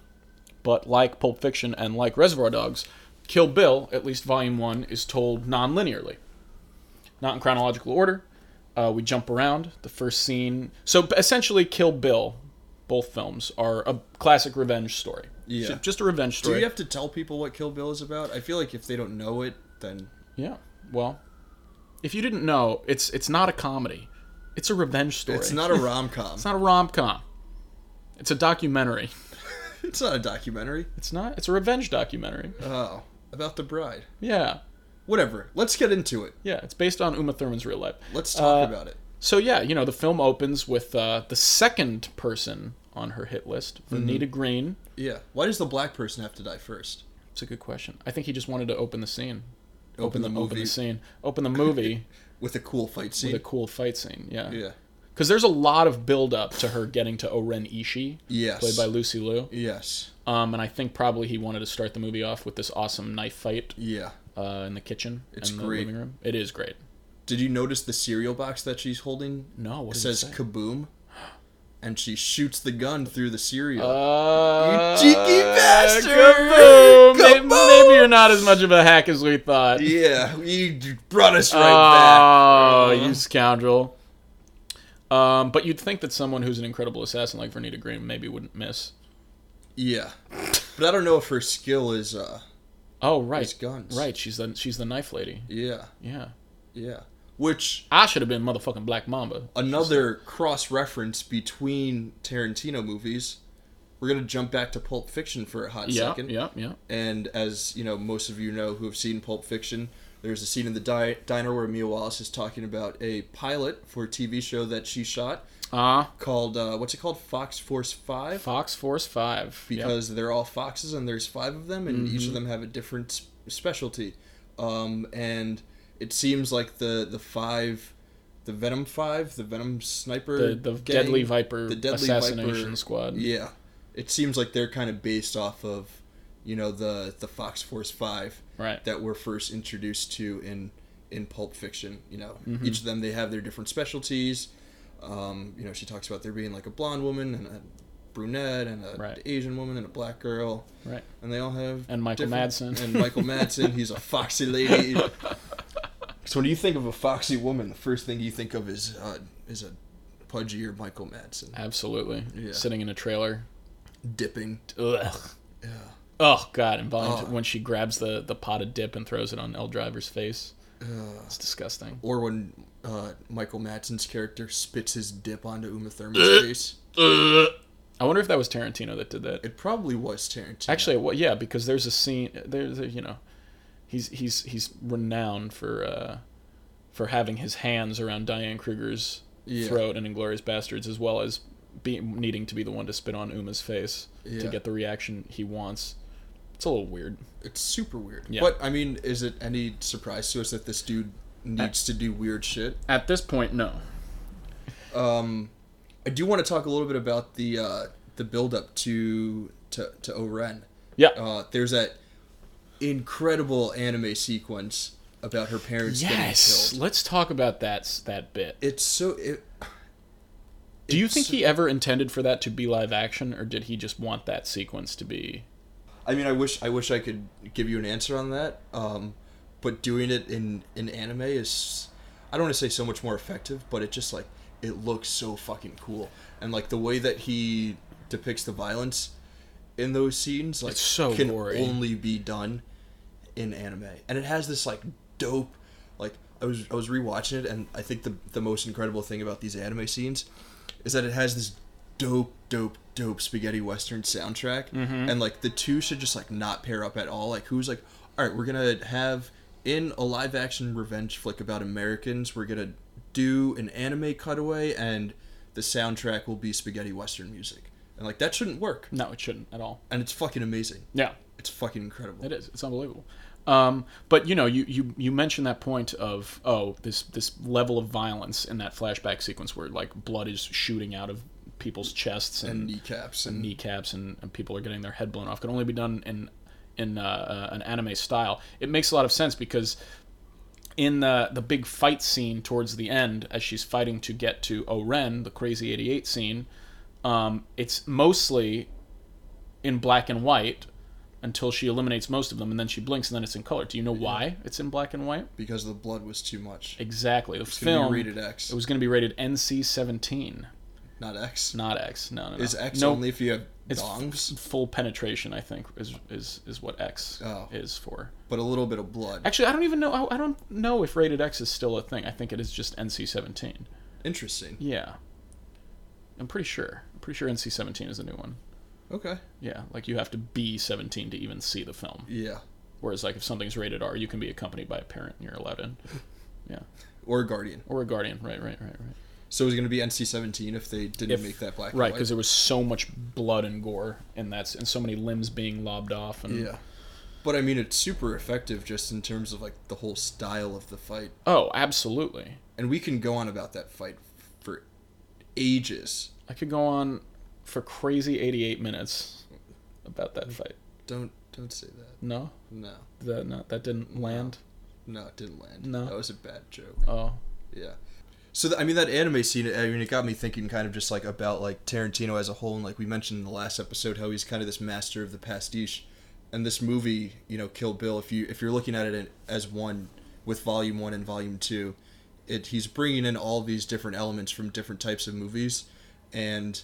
Speaker 1: but like Pulp Fiction and like Reservoir Dogs, Kill Bill, at least Volume One, is told non-linearly, not in chronological order. Uh, we jump around. The first scene. So essentially, Kill Bill, both films are a classic revenge story.
Speaker 2: Yeah.
Speaker 1: Ju- just a revenge
Speaker 2: do
Speaker 1: story.
Speaker 2: you have to tell people what Kill Bill is about I feel like if they don't know it then
Speaker 1: Yeah. Well, if you didn't know, it's it's not a comedy. It's a revenge story.
Speaker 2: it's *laughs* not a rom com
Speaker 1: It's not a rom com. It's a documentary.
Speaker 2: it's not a documentary
Speaker 1: It's not. It's a revenge documentary.
Speaker 2: oh about the bride
Speaker 1: Yeah.
Speaker 2: whatever let's get into it
Speaker 1: Yeah. It's based on Uma Thurman's real life.
Speaker 2: let's talk
Speaker 1: Uh,
Speaker 2: about it
Speaker 1: So yeah, you know the film opens with uh, the second person on her hit list, Vernita
Speaker 2: Mm-hmm.
Speaker 1: Green.
Speaker 2: yeah why does the black person have to die first
Speaker 1: It's a good question. I think he just wanted to open the scene.
Speaker 2: open the
Speaker 1: Open
Speaker 2: movie
Speaker 1: the scene. Open the
Speaker 2: *laughs*
Speaker 1: movie
Speaker 2: with a cool fight scene.
Speaker 1: with a cool fight scene. Yeah.
Speaker 2: yeah.
Speaker 1: Because there's a lot of build up to her getting to Oren Ishii,
Speaker 2: Yes.
Speaker 1: played by Lucy Liu.
Speaker 2: yes.
Speaker 1: Um, and I think probably he wanted to start the movie off with this awesome knife fight
Speaker 2: Yeah.
Speaker 1: uh, in the kitchen
Speaker 2: It's
Speaker 1: and
Speaker 2: great.
Speaker 1: the living room. It is great.
Speaker 2: Did you notice the cereal box that she's holding?
Speaker 1: No, what
Speaker 2: It
Speaker 1: does it
Speaker 2: says
Speaker 1: say?
Speaker 2: kaboom, and she shoots the gun through the cereal.
Speaker 1: Uh,
Speaker 2: cheeky bastard!
Speaker 1: kaboom! May- Maybe,
Speaker 2: Kaboom!
Speaker 1: you're not as much of a hack as we thought.
Speaker 2: yeah, you d- brought us right
Speaker 1: oh,
Speaker 2: back.
Speaker 1: you scoundrel! Um, but you'd think that someone who's an incredible assassin like Vernita Green maybe wouldn't miss.
Speaker 2: yeah, but I don't know if her skill is. uh
Speaker 1: Oh, right,
Speaker 2: These guns.
Speaker 1: right. She's the she's the knife lady.
Speaker 2: Yeah,
Speaker 1: Yeah,
Speaker 2: yeah. Which
Speaker 1: I should have been motherfucking Black Mamba.
Speaker 2: another cross reference between Tarantino movies. We're gonna jump back to Pulp Fiction for a hot
Speaker 1: Yeah,
Speaker 2: second.
Speaker 1: yeah, yeah.
Speaker 2: and as you know, most of you know who have seen Pulp Fiction, there's a scene in the di- diner where Mia Wallace is talking about a pilot for a TV show that she shot
Speaker 1: Ah,
Speaker 2: called uh, what's it called, Fox Force Five,
Speaker 1: Fox Force Five. Yep. Mm-hmm.
Speaker 2: because they're all foxes and there's five of them, and each of them have a different s- specialty, um, and it seems like the the five. The Venom Five, the Venom Sniper,
Speaker 1: the, the
Speaker 2: gang-
Speaker 1: Deadly Viper
Speaker 2: the Deadly
Speaker 1: assassination
Speaker 2: Viper-
Speaker 1: squad.
Speaker 2: Yeah, it seems like they're kind of based off of, you know, the the Fox Force Five
Speaker 1: Right.
Speaker 2: that we're first introduced to in in Pulp Fiction. You know,
Speaker 1: Mm-hmm.
Speaker 2: each of them they have their different specialties. Um, you know, she talks about there being like a blonde woman and a brunette and a
Speaker 1: Right.
Speaker 2: Asian woman and a black girl,
Speaker 1: Right.
Speaker 2: and they all have
Speaker 1: And Michael
Speaker 2: different-
Speaker 1: Madsen.
Speaker 2: and Michael Madsen. He's a
Speaker 1: *laughs*
Speaker 2: foxy lady. So when you think of a foxy woman, the first thing you think of is uh, is a pudgy or Michael Madsen
Speaker 1: Absolutely.
Speaker 2: Yeah.
Speaker 1: Sitting in a trailer.
Speaker 2: dipping. uh,
Speaker 1: Ugh.
Speaker 2: Yeah.
Speaker 1: Oh god, and volume
Speaker 2: Oh.
Speaker 1: when she grabs the the pot of dip and throws it on L Driver's face.
Speaker 2: Ugh.
Speaker 1: It's disgusting.
Speaker 2: uh, or when uh, Michael Madsen's character spits his dip onto Uma Thurman's face.
Speaker 1: I wonder if that was Tarantino that did that.
Speaker 2: It probably was Tarantino.
Speaker 1: Actually, well, yeah, because there's a scene there's a, you know, he's he's he's renowned for uh for having his hands around Diane Kruger's
Speaker 2: Yeah.
Speaker 1: throat and Inglorious Bastards as well as being needing to be the one to spit on Uma's face
Speaker 2: Yeah.
Speaker 1: to get the reaction he wants. It's a little weird.
Speaker 2: It's super weird.
Speaker 1: Yeah.
Speaker 2: But I mean, is it any surprise to us that this dude needs to do weird shit?
Speaker 1: At this point, no.
Speaker 2: Um, I do want to talk a little bit about the uh, the build up to to to Oren.
Speaker 1: Yeah.
Speaker 2: Uh, there's that incredible anime sequence about her parents getting
Speaker 1: yes.
Speaker 2: killed.
Speaker 1: Let's talk about that s- that bit.
Speaker 2: It's so it,
Speaker 1: Do you
Speaker 2: it's-
Speaker 1: think he ever intended for that to be live action, or did he just want that sequence to be?
Speaker 2: I mean, I wish I wish I could give you an answer on that. Um, but doing it in in anime is, I don't want to say so much more effective, but it just like it looks so fucking cool, and like the way that he depicts the violence in those scenes, like
Speaker 1: It's so
Speaker 2: can
Speaker 1: gory.
Speaker 2: only be done in anime, and it has this like dope, like I was I was rewatching it, and I think the the most incredible thing about these anime scenes is that it has this dope, dope, dope spaghetti western soundtrack,
Speaker 1: Mm-hmm.
Speaker 2: and like the two should just like not pair up at all. Like who's like, all right, we're gonna have in a live action revenge flick about Americans, we're gonna do an anime cutaway, and the soundtrack will be spaghetti western music, and like that shouldn't work,
Speaker 1: No, it shouldn't at all.
Speaker 2: and it's fucking amazing.
Speaker 1: Yeah.
Speaker 2: It's fucking incredible.
Speaker 1: It is. It's unbelievable. Um, but you know, you, you you mentioned that point of oh, this this level of violence in that flashback sequence where like blood is shooting out of people's chests
Speaker 2: And
Speaker 1: and,
Speaker 2: kneecaps and
Speaker 1: kneecaps and, and people are getting their head blown off can only be done in in uh, uh, an anime style. It makes a lot of sense because in the the big fight scene towards the end, as she's fighting to get to Oren, the crazy eighty eight scene, um, it's mostly in black and white until she eliminates most of them, and then she blinks, and then it's in color. Do you know why it's in black and white?
Speaker 2: because the blood was too much.
Speaker 1: Exactly. The
Speaker 2: It's gonna
Speaker 1: film
Speaker 2: be rated X,
Speaker 1: it was going to be rated NC seventeen,
Speaker 2: not X.
Speaker 1: not X. No, no, no.
Speaker 2: Is X
Speaker 1: no,
Speaker 2: only if you have
Speaker 1: it's
Speaker 2: dongs,
Speaker 1: full penetration i think is is is what x
Speaker 2: Oh.
Speaker 1: is for
Speaker 2: but a little bit of blood?
Speaker 1: actually i don't even know I, I don't know if rated x is still a thing i think it is just nc-17
Speaker 2: Interesting.
Speaker 1: yeah i'm pretty sure i'm pretty sure nc-17 is the new one
Speaker 2: Okay.
Speaker 1: yeah like you have to be 17 to even see the film
Speaker 2: Yeah.
Speaker 1: whereas like if something's rated r you can be accompanied by a parent and you're allowed in yeah
Speaker 2: Or a guardian.
Speaker 1: or a guardian right right right right
Speaker 2: So it was going to be NC-17 if they didn't
Speaker 1: If-
Speaker 2: make that black. and
Speaker 1: right
Speaker 2: white.
Speaker 1: because there was so much blood and gore and that's and so many limbs being lobbed off and
Speaker 2: yeah. But I mean, it's super effective just in terms of like the whole style of the fight,
Speaker 1: oh absolutely
Speaker 2: and we can go on about that fight for ages.
Speaker 1: I could go on for crazy 88 minutes about that fight.
Speaker 2: Don't don't say that.
Speaker 1: No,
Speaker 2: No,
Speaker 1: that no, that didn't land.
Speaker 2: no, it didn't land.
Speaker 1: No.
Speaker 2: that was a bad joke.
Speaker 1: Oh,
Speaker 2: Yeah. So th- I mean that anime scene. I mean it got me thinking, kind of just like about like Tarantino as a whole, and like we mentioned in the last episode, how he's kind of this master of the pastiche. And this movie, you know, Kill Bill. If you if you're looking at it as one with Volume One and Volume Two, it he's bringing in all these different elements from different types of movies, and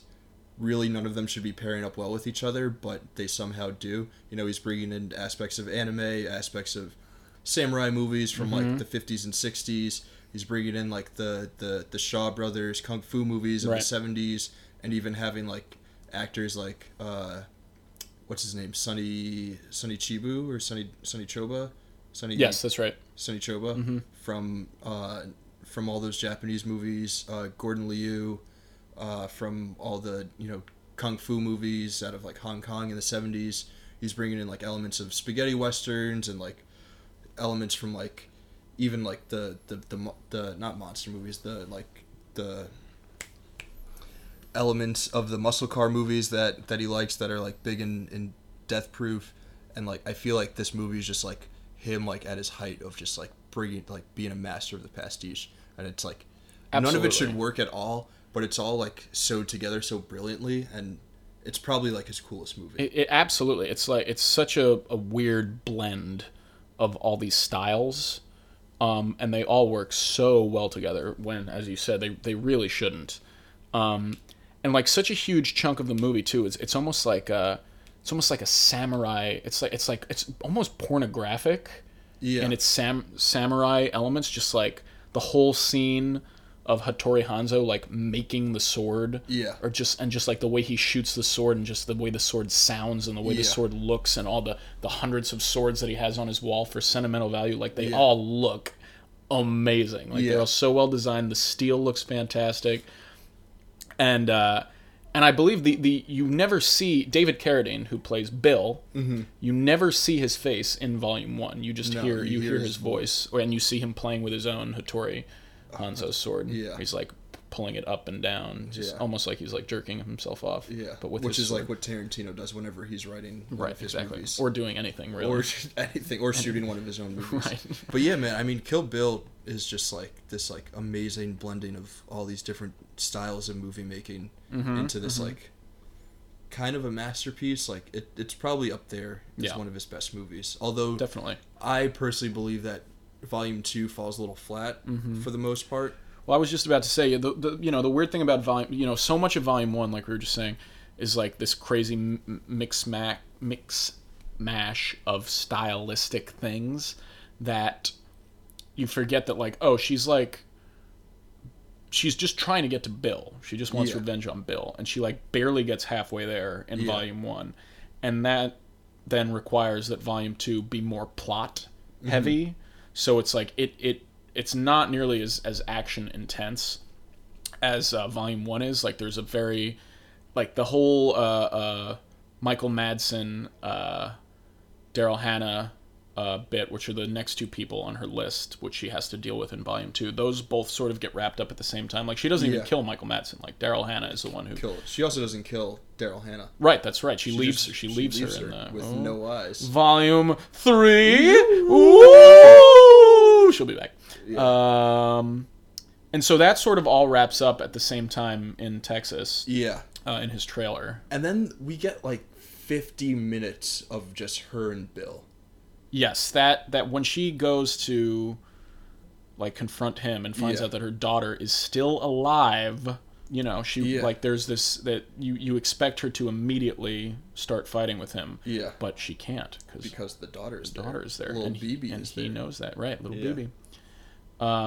Speaker 2: really none of them should be pairing up well with each other, but they somehow do. You know, he's bringing in aspects of anime, aspects of samurai movies from like the 50s and 60s. He's bringing in like the the the Shaw brothers kung fu movies of
Speaker 1: Right.
Speaker 2: the 70s, and even having like actors like uh, what's his name, Sonny Sonny Chibu or Sonny Sonny Choba, Sonny
Speaker 1: yes, Mm-hmm. that's right.
Speaker 2: Sonny Choba from uh, from all those Japanese movies, uh, Gordon Liu uh, from all the you know kung fu movies out of like Hong Kong in the seventies. He's bringing in like elements of spaghetti westerns and like elements from like even like the the the, mo- the not monster movies the like the elements of the muscle car movies that that he likes that are like big in in death proof and like i feel like this movie is just like him like at his height of just like bringing like being a master of the pastiche and it's like none of it should
Speaker 1: Absolutely.
Speaker 2: work at all but it's all like sewed together so brilliantly and it's probably like his coolest movie
Speaker 1: It, it absolutely. It's like it's such a, a weird blend of all these styles, um, and they all work so well together. When, as you said, they they really shouldn't. Um, and like such a huge chunk of the movie too. It's it's almost like a it's almost like a samurai. It's like it's like it's almost pornographic.
Speaker 2: yeah
Speaker 1: and it's sam- samurai elements just like the whole scene of Hattori Hanzo like making the sword
Speaker 2: Yeah.
Speaker 1: or just and just like the way he shoots the sword and just the way the sword sounds and the way the
Speaker 2: Yeah.
Speaker 1: sword looks and all the the hundreds of swords that he has on his wall for sentimental value like they
Speaker 2: Yeah.
Speaker 1: all look amazing like
Speaker 2: Yeah.
Speaker 1: they're all so well designed the steel looks fantastic and uh and I believe the, the you never see David Carradine, who plays Bill.
Speaker 2: Mm-hmm.
Speaker 1: You never see his face in Volume One. You just hear
Speaker 2: you
Speaker 1: you
Speaker 2: hear
Speaker 1: hear
Speaker 2: his
Speaker 1: his voice, or- and you see him playing with his own Hattori Hanzo sword.
Speaker 2: yeah.
Speaker 1: he's like pulling it up and down, just
Speaker 2: Yeah.
Speaker 1: almost like he's like jerking himself off.
Speaker 2: Yeah,
Speaker 1: but with
Speaker 2: which
Speaker 1: his
Speaker 2: is
Speaker 1: sword.
Speaker 2: like what Tarantino does whenever he's writing one
Speaker 1: right
Speaker 2: of his
Speaker 1: exactly,
Speaker 2: movies.
Speaker 1: or doing anything really.
Speaker 2: or *laughs* anything, or shooting one of his own movies.
Speaker 1: Right.
Speaker 2: *laughs* But yeah, man, I mean, Kill Bill is just like this like amazing blending of all these different styles of movie making
Speaker 1: Mm-hmm,
Speaker 2: into this like kind of a masterpiece. Like it, it's probably up there as
Speaker 1: Yeah.
Speaker 2: one of his best movies. Although
Speaker 1: Definitely.
Speaker 2: I personally believe that Volume Two falls a little flat
Speaker 1: Mm-hmm.
Speaker 2: for the most part.
Speaker 1: Well, I was just about to say the, the you know the weird thing about volume you know so much of volume one like we were just saying is like this crazy m- m- mix mac mix mash of stylistic things that you forget that like oh she's like she's just trying to get to Bill she just wants
Speaker 2: Yeah.
Speaker 1: revenge on Bill and she like barely gets halfway there in
Speaker 2: Yeah.
Speaker 1: volume one and that then requires that volume two be more plot
Speaker 2: Mm-hmm.
Speaker 1: heavy so it's like it it it's not nearly as as action intense as uh, volume one is like there's a very like the whole uh, uh, michael madsen uh, daryl hannah uh, bit which are the next two people on her list which she has to deal with in volume two those both sort of get wrapped up at the same time like she doesn't
Speaker 2: Yeah.
Speaker 1: even kill michael madsen like daryl hannah is the one who
Speaker 2: Kill. She also doesn't kill Daryl Hannah.
Speaker 1: right that's right she, leaves
Speaker 2: just-
Speaker 1: her she leaves, her, in the
Speaker 2: with
Speaker 1: oh.
Speaker 2: no eyes.
Speaker 1: *gasps* Volume three. Ooh, she'll be back. Um, and so that sort of all wraps up at the same time in Texas
Speaker 2: Yeah.
Speaker 1: uh, in his trailer.
Speaker 2: And then we get like 50 minutes of just her and Bill.
Speaker 1: Yes, that that when she goes to like confront him and finds
Speaker 2: Yeah.
Speaker 1: out that her daughter is still alive, you know, she
Speaker 2: Yeah.
Speaker 1: like there's this that you you expect her to immediately start fighting with him,
Speaker 2: Yeah.
Speaker 1: but she can't because
Speaker 2: Because the daughter is
Speaker 1: daughter is there.
Speaker 2: Little
Speaker 1: and he,
Speaker 2: BB
Speaker 1: and
Speaker 2: is
Speaker 1: he
Speaker 2: there.
Speaker 1: knows that, right? Little
Speaker 2: Yeah.
Speaker 1: BB. Um,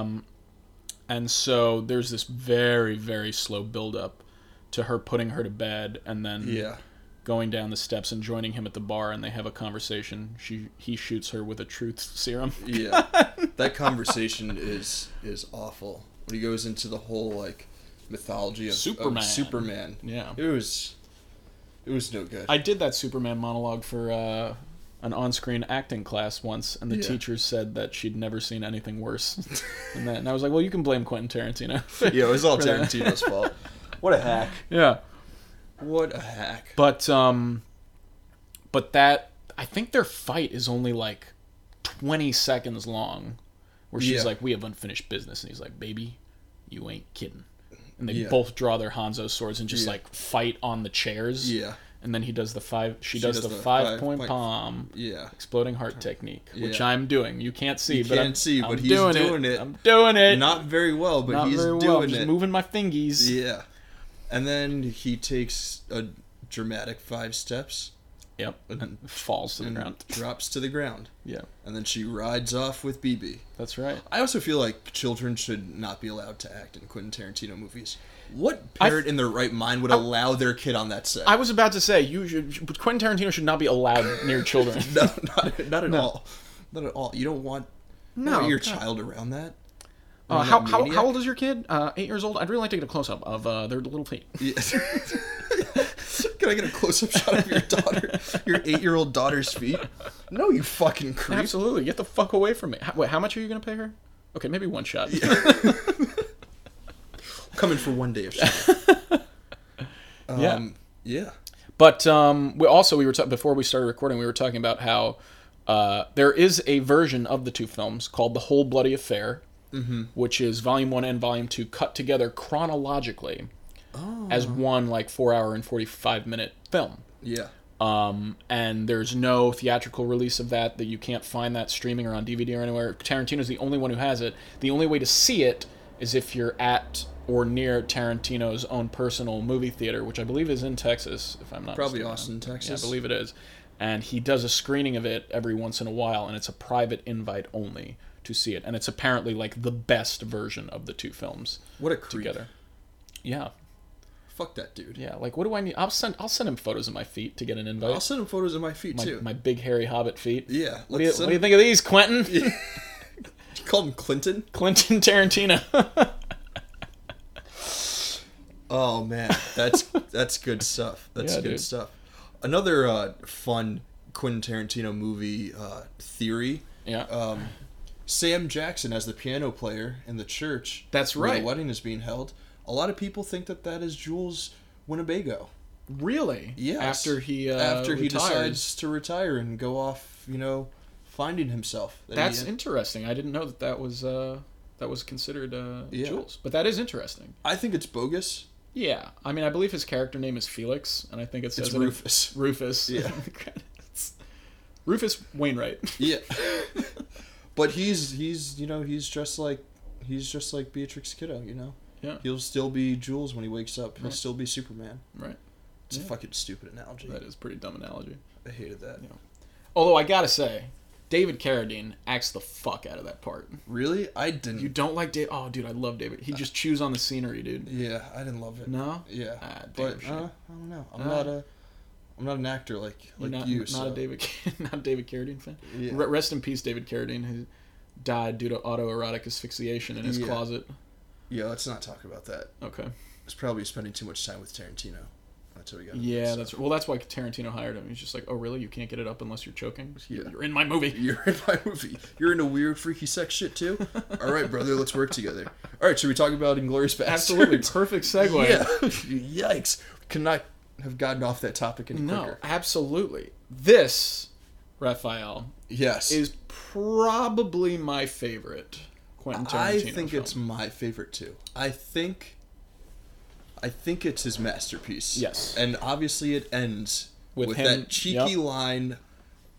Speaker 1: and so there's this very very slow build up to her putting her to bed, and then
Speaker 2: Yeah.
Speaker 1: going down the steps and joining him at the bar, and they have a conversation. She he shoots her with a truth serum.
Speaker 2: Yeah. that conversation is is awful. When he goes into the whole like mythology of of
Speaker 1: Superman.
Speaker 2: Superman.
Speaker 1: Yeah.
Speaker 2: It was it was
Speaker 1: *laughs*
Speaker 2: no good.
Speaker 1: I did that Superman monologue for uh, an on-screen acting class once, and the
Speaker 2: Yeah.
Speaker 1: teacher said that she'd never seen anything worse than that. And I was like, "Well, you can blame Quentin Tarantino."
Speaker 2: yeah, it was all
Speaker 1: *laughs* For that.
Speaker 2: Tarantino's fault. *laughs* What a hack.
Speaker 1: yeah.
Speaker 2: What a hack.
Speaker 1: But um but that I think their fight is only like 20 seconds long where she's
Speaker 2: Yeah.
Speaker 1: like we have unfinished business and he's like baby you ain't kidding. And they
Speaker 2: Yeah.
Speaker 1: both draw their Hanzo swords and just
Speaker 2: Yeah.
Speaker 1: like fight on the chairs.
Speaker 2: Yeah.
Speaker 1: And then he does the five she, does, the, five point palm
Speaker 2: Yeah.
Speaker 1: exploding heart technique which
Speaker 2: Yeah.
Speaker 1: I'm doing. You can't see but I'm,
Speaker 2: can't see,
Speaker 1: I'm
Speaker 2: but he's
Speaker 1: doing,
Speaker 2: doing
Speaker 1: it.
Speaker 2: it.
Speaker 1: I'm doing it.
Speaker 2: Not very well, but
Speaker 1: Not
Speaker 2: he's
Speaker 1: very
Speaker 2: doing
Speaker 1: well. I'm
Speaker 2: it.
Speaker 1: just moving my fingies.
Speaker 2: Yeah. And then he takes a dramatic five steps
Speaker 1: Yep. And falls to the
Speaker 2: and
Speaker 1: ground.
Speaker 2: drops to the ground.
Speaker 1: Yeah.
Speaker 2: And then she rides off with BB.
Speaker 1: That's right.
Speaker 2: I also feel like children should not be allowed to act in Quentin Tarantino movies. What parent in their right mind would allow their kid on that set?
Speaker 1: I was about to say you should, Quentin Tarantino should not be allowed near
Speaker 2: *laughs*
Speaker 1: children.
Speaker 2: *laughs* no, not, not at all. Not at all. You don't want, you don't
Speaker 1: No,
Speaker 2: want your
Speaker 1: God.
Speaker 2: child around that.
Speaker 1: Uh,
Speaker 2: Around
Speaker 1: how,
Speaker 2: that
Speaker 1: how,
Speaker 2: maniac.
Speaker 1: how old is your kid? Uh, eight years old. I'd really like to get a close up of uh, their little feet.
Speaker 2: Yeah. *laughs* Can I get a close up shot of your daughter, your eight year old daughter's feet? No, you fucking creep.
Speaker 1: Absolutely, get the fuck away from me. How, wait, how much are you gonna pay her? Okay, maybe one shot.
Speaker 2: Coming for one day of shit.
Speaker 1: *laughs*
Speaker 2: um,
Speaker 1: Yeah.
Speaker 2: Yeah.
Speaker 1: But um, we also we were ta- before we started recording, we were talking about how uh, there is a version of the two films called "The Whole Bloody Affair,"
Speaker 2: Mm-hmm.
Speaker 1: which is Volume One and Volume Two cut together chronologically
Speaker 2: Oh.
Speaker 1: as one like four hour and forty five minute film.
Speaker 2: Yeah.
Speaker 1: um, and there's no theatrical release of that that you can't find that streaming or on dvd or anywhere tarantino's the only one who has it the only way to see it is if you're at or near tarantino's own personal movie theater which i believe is in texas if i'm not
Speaker 2: Probably
Speaker 1: mistaken.
Speaker 2: Austin,
Speaker 1: yeah, i
Speaker 2: Texas.
Speaker 1: believe it is and he does a screening of it every once in a while and it's a private invite only to see it and it's apparently like the best version of the two films
Speaker 2: What a creep.
Speaker 1: together yeah
Speaker 2: Fuck that dude.
Speaker 1: yeah like what do i need i'll send i'll send him photos of my feet to get an invite
Speaker 2: I'll send him photos of my feet
Speaker 1: my,
Speaker 2: too.
Speaker 1: my big hairy hobbit feet.
Speaker 2: yeah.
Speaker 1: What do, you,
Speaker 2: Let's
Speaker 1: what
Speaker 2: send
Speaker 1: do you think of these, Quentin? *laughs*
Speaker 2: Call him Clinton.
Speaker 1: Clinton Tarantino.
Speaker 2: Oh man,
Speaker 1: *laughs*
Speaker 2: that's that's good stuff. That's
Speaker 1: Yeah,
Speaker 2: good
Speaker 1: dude.
Speaker 2: stuff. Another uh, fun Quentin Tarantino movie uh, theory.
Speaker 1: *laughs* Yeah.
Speaker 2: Um, Sam Jackson as the piano player in the church.
Speaker 1: That's
Speaker 2: where
Speaker 1: right.
Speaker 2: The wedding is being held. A lot of people think that that is Jules Winnebago.
Speaker 1: really?
Speaker 2: Yes.
Speaker 1: After he uh,
Speaker 2: after he
Speaker 1: retires.
Speaker 2: decides to retire and go off, you know, finding himself. That he-
Speaker 1: That's interesting. I didn't know that that was uh, that was considered uh,
Speaker 2: Yeah.
Speaker 1: Jules, but that is interesting.
Speaker 2: I think it's bogus.
Speaker 1: Yeah, I mean, I believe his character name is Felix, and I think it says
Speaker 2: It's
Speaker 1: it in-
Speaker 2: Rufus. *laughs*
Speaker 1: Rufus. *laughs*
Speaker 2: Yeah.
Speaker 1: in the credits. Rufus
Speaker 2: *laughs*
Speaker 1: Wainwright.
Speaker 2: Yeah. but he's he's you know he's just like he's just like Beatrix Kiddo. You know.
Speaker 1: Yeah.
Speaker 2: He'll still be Jules when he wakes up. He'll
Speaker 1: Right.
Speaker 2: still be Superman.
Speaker 1: Right.
Speaker 2: It's
Speaker 1: Yeah.
Speaker 2: a fucking stupid analogy.
Speaker 1: That is a pretty dumb analogy.
Speaker 2: I hated that.
Speaker 1: Yeah. Although I gotta say, David Carradine acts the fuck out of that part.
Speaker 2: Really? I didn't.
Speaker 1: You don't like David? Oh, dude, I love David. He just chews on the scenery, dude.
Speaker 2: Yeah, I didn't love it.
Speaker 1: No,
Speaker 2: Yeah.
Speaker 1: Ah, damn
Speaker 2: but
Speaker 1: shame.
Speaker 2: uh, I don't know. I'm
Speaker 1: Ah.
Speaker 2: not a. I'm not an actor like
Speaker 1: You're
Speaker 2: like
Speaker 1: not,
Speaker 2: you.
Speaker 1: not
Speaker 2: so.
Speaker 1: a David, *laughs* not a David Carradine fan.
Speaker 2: Yeah.
Speaker 1: Re- rest in peace, David Carradine, who died due to autoerotic asphyxiation in his
Speaker 2: Yeah.
Speaker 1: closet.
Speaker 2: Yeah. Let's not talk about that.
Speaker 1: Okay.
Speaker 2: It's probably spending too much time with Tarantino. That's how we got. into
Speaker 1: Yeah,
Speaker 2: this.
Speaker 1: that's well. That's why Tarantino hired him. He's just like, oh, really? You can't get it up unless you're choking.
Speaker 2: Yeah.
Speaker 1: You're in my movie.
Speaker 2: You're in my movie. You're into weird, freaky sex shit too. All right, brother. Let's work together. All right. Should we talk about Inglorious Bastards?
Speaker 1: *laughs* Absolutely perfect segue.
Speaker 2: Yeah. Yikes. Could not have gotten off that topic any
Speaker 1: No,
Speaker 2: quicker.
Speaker 1: absolutely. This Raphael
Speaker 2: Yes.
Speaker 1: is probably my favorite Quentin Tarantino.
Speaker 2: I think
Speaker 1: film.
Speaker 2: it's my favorite too. I think I think it's his masterpiece.
Speaker 1: Yes.
Speaker 2: And obviously it ends
Speaker 1: With
Speaker 2: with,
Speaker 1: him-
Speaker 2: that cheeky
Speaker 1: yep.
Speaker 2: line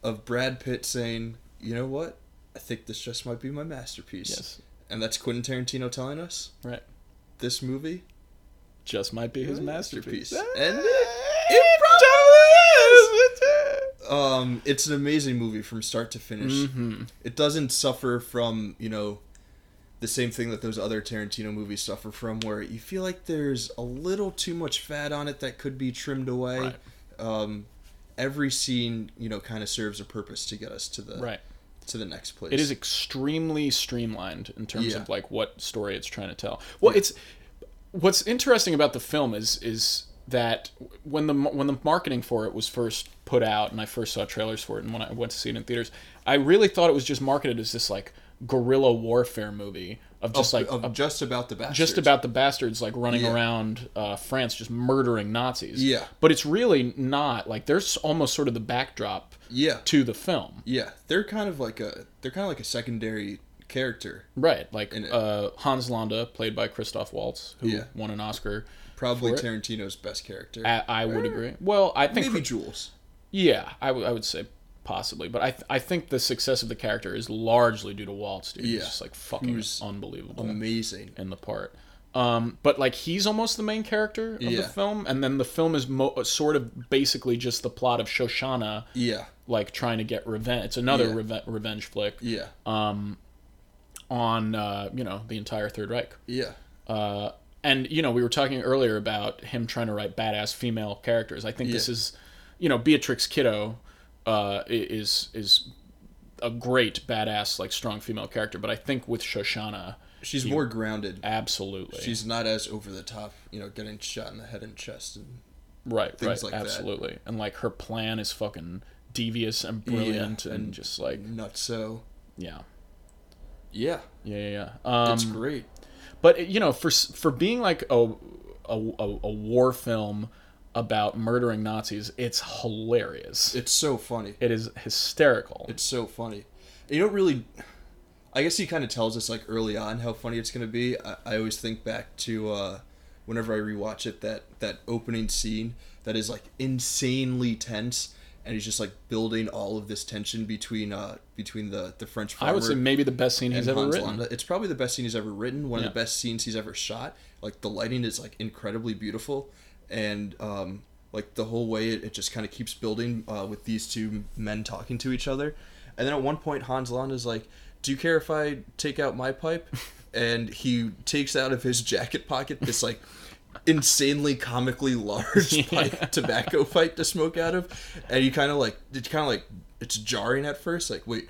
Speaker 2: of Brad Pitt saying, "You know what? I think this just might be my masterpiece."
Speaker 1: Yes.
Speaker 2: And that's Quentin Tarantino telling us
Speaker 1: right.
Speaker 2: this movie
Speaker 1: Just might be his masterpiece.
Speaker 2: And
Speaker 1: it probably is.
Speaker 2: um it's an amazing movie from start to finish.
Speaker 1: Mm-hmm.
Speaker 2: It doesn't suffer from, you know, the same thing that those other Tarantino movies suffer from where you feel like there's a little too much fat on it that could be trimmed away.
Speaker 1: Right.
Speaker 2: Um every scene, you know, kind of serves a purpose to get us to the
Speaker 1: Right.
Speaker 2: to the next place.
Speaker 1: It is extremely streamlined in terms
Speaker 2: Yeah.
Speaker 1: of like what story it's trying to tell. Well, it's what's interesting about the film is is that when the when the marketing for it was first put out and I first saw trailers for it and when I went to see it in theaters, I really thought it was just marketed as this like guerrilla warfare movie of just like
Speaker 2: of just about the bastards.
Speaker 1: just about the bastards like running
Speaker 2: Yeah.
Speaker 1: around uh, France just murdering Nazis.
Speaker 2: Yeah.
Speaker 1: But it's really not like there's almost sort of the backdrop
Speaker 2: Yeah.
Speaker 1: to the film.
Speaker 2: Yeah. They're kind of like a they're kind of like a secondary character.
Speaker 1: Right, like
Speaker 2: In it.
Speaker 1: uh, Hans Landa, played by Christoph Waltz, who
Speaker 2: Yeah.
Speaker 1: won an Oscar.
Speaker 2: Probably
Speaker 1: For it.
Speaker 2: Tarantino's best character.
Speaker 1: I, I would agree. Well, I think
Speaker 2: Maybe Jules.
Speaker 1: yeah, I would- I would say possibly, but I th- I think the success of the character is largely due to Waltz, dude.
Speaker 2: Yeah.
Speaker 1: He's just like fucking
Speaker 2: Who's
Speaker 1: unbelievable
Speaker 2: Amazing.
Speaker 1: in the part. Um, but like he's almost the main character of the
Speaker 2: Yeah.
Speaker 1: film, and then the film is mo- uh, sort of basically just the plot of Shoshana
Speaker 2: Yeah.
Speaker 1: like trying to get revenge. It's another
Speaker 2: Yeah.
Speaker 1: reve- revenge flick
Speaker 2: Yeah.
Speaker 1: on uh, you know the entire Third Reich.
Speaker 2: yeah.
Speaker 1: Uh, and you know, we were talking earlier about him trying to write badass female characters. I think this
Speaker 2: Yeah.
Speaker 1: is, you know, Beatrix Kiddo uh, i- is is a great badass, like strong female character. But I think with Shoshana,
Speaker 2: She's more grounded.
Speaker 1: absolutely,
Speaker 2: She's not as over the top, you know, getting shot in the head and chest and
Speaker 1: right, right,
Speaker 2: things like that.
Speaker 1: absolutely, and like her plan is fucking devious and brilliant, and,
Speaker 2: and- Mm-hmm.
Speaker 1: just like
Speaker 2: nuts. So
Speaker 1: yeah,
Speaker 2: yeah,
Speaker 1: yeah, yeah. yeah. Um,
Speaker 2: it's great.
Speaker 1: But you know, for s- for being like a a, a a war film about murdering Nazis, it's hilarious.
Speaker 2: It's so funny.
Speaker 1: It is hysterical.
Speaker 2: It's so funny. You don't really. I guess he kind of tells us like early on how funny it's gonna be. I, I always think back to uh, whenever I rewatch it that that opening scene that is like insanely tense, and he's just like building all of this tension between uh between the the French. Farmer
Speaker 1: I would say maybe the best scene he's
Speaker 2: and
Speaker 1: ever
Speaker 2: Hans
Speaker 1: written.
Speaker 2: Landa. It's probably the best scene he's ever written. One
Speaker 1: Yeah.
Speaker 2: of the best scenes he's ever shot. Like the lighting is like incredibly beautiful, and um, like the whole way it, it just kind of keeps building uh, with these two men talking to each other, and then at one point Hans Landa's like, "Do you care if I take out
Speaker 1: *laughs*
Speaker 2: my pipe?" and he takes out of his jacket pocket this like. insanely
Speaker 1: *laughs*
Speaker 2: comically large pipe, *laughs* tobacco pipe to smoke out of and you kind of like it's kind of like it's jarring at first like wait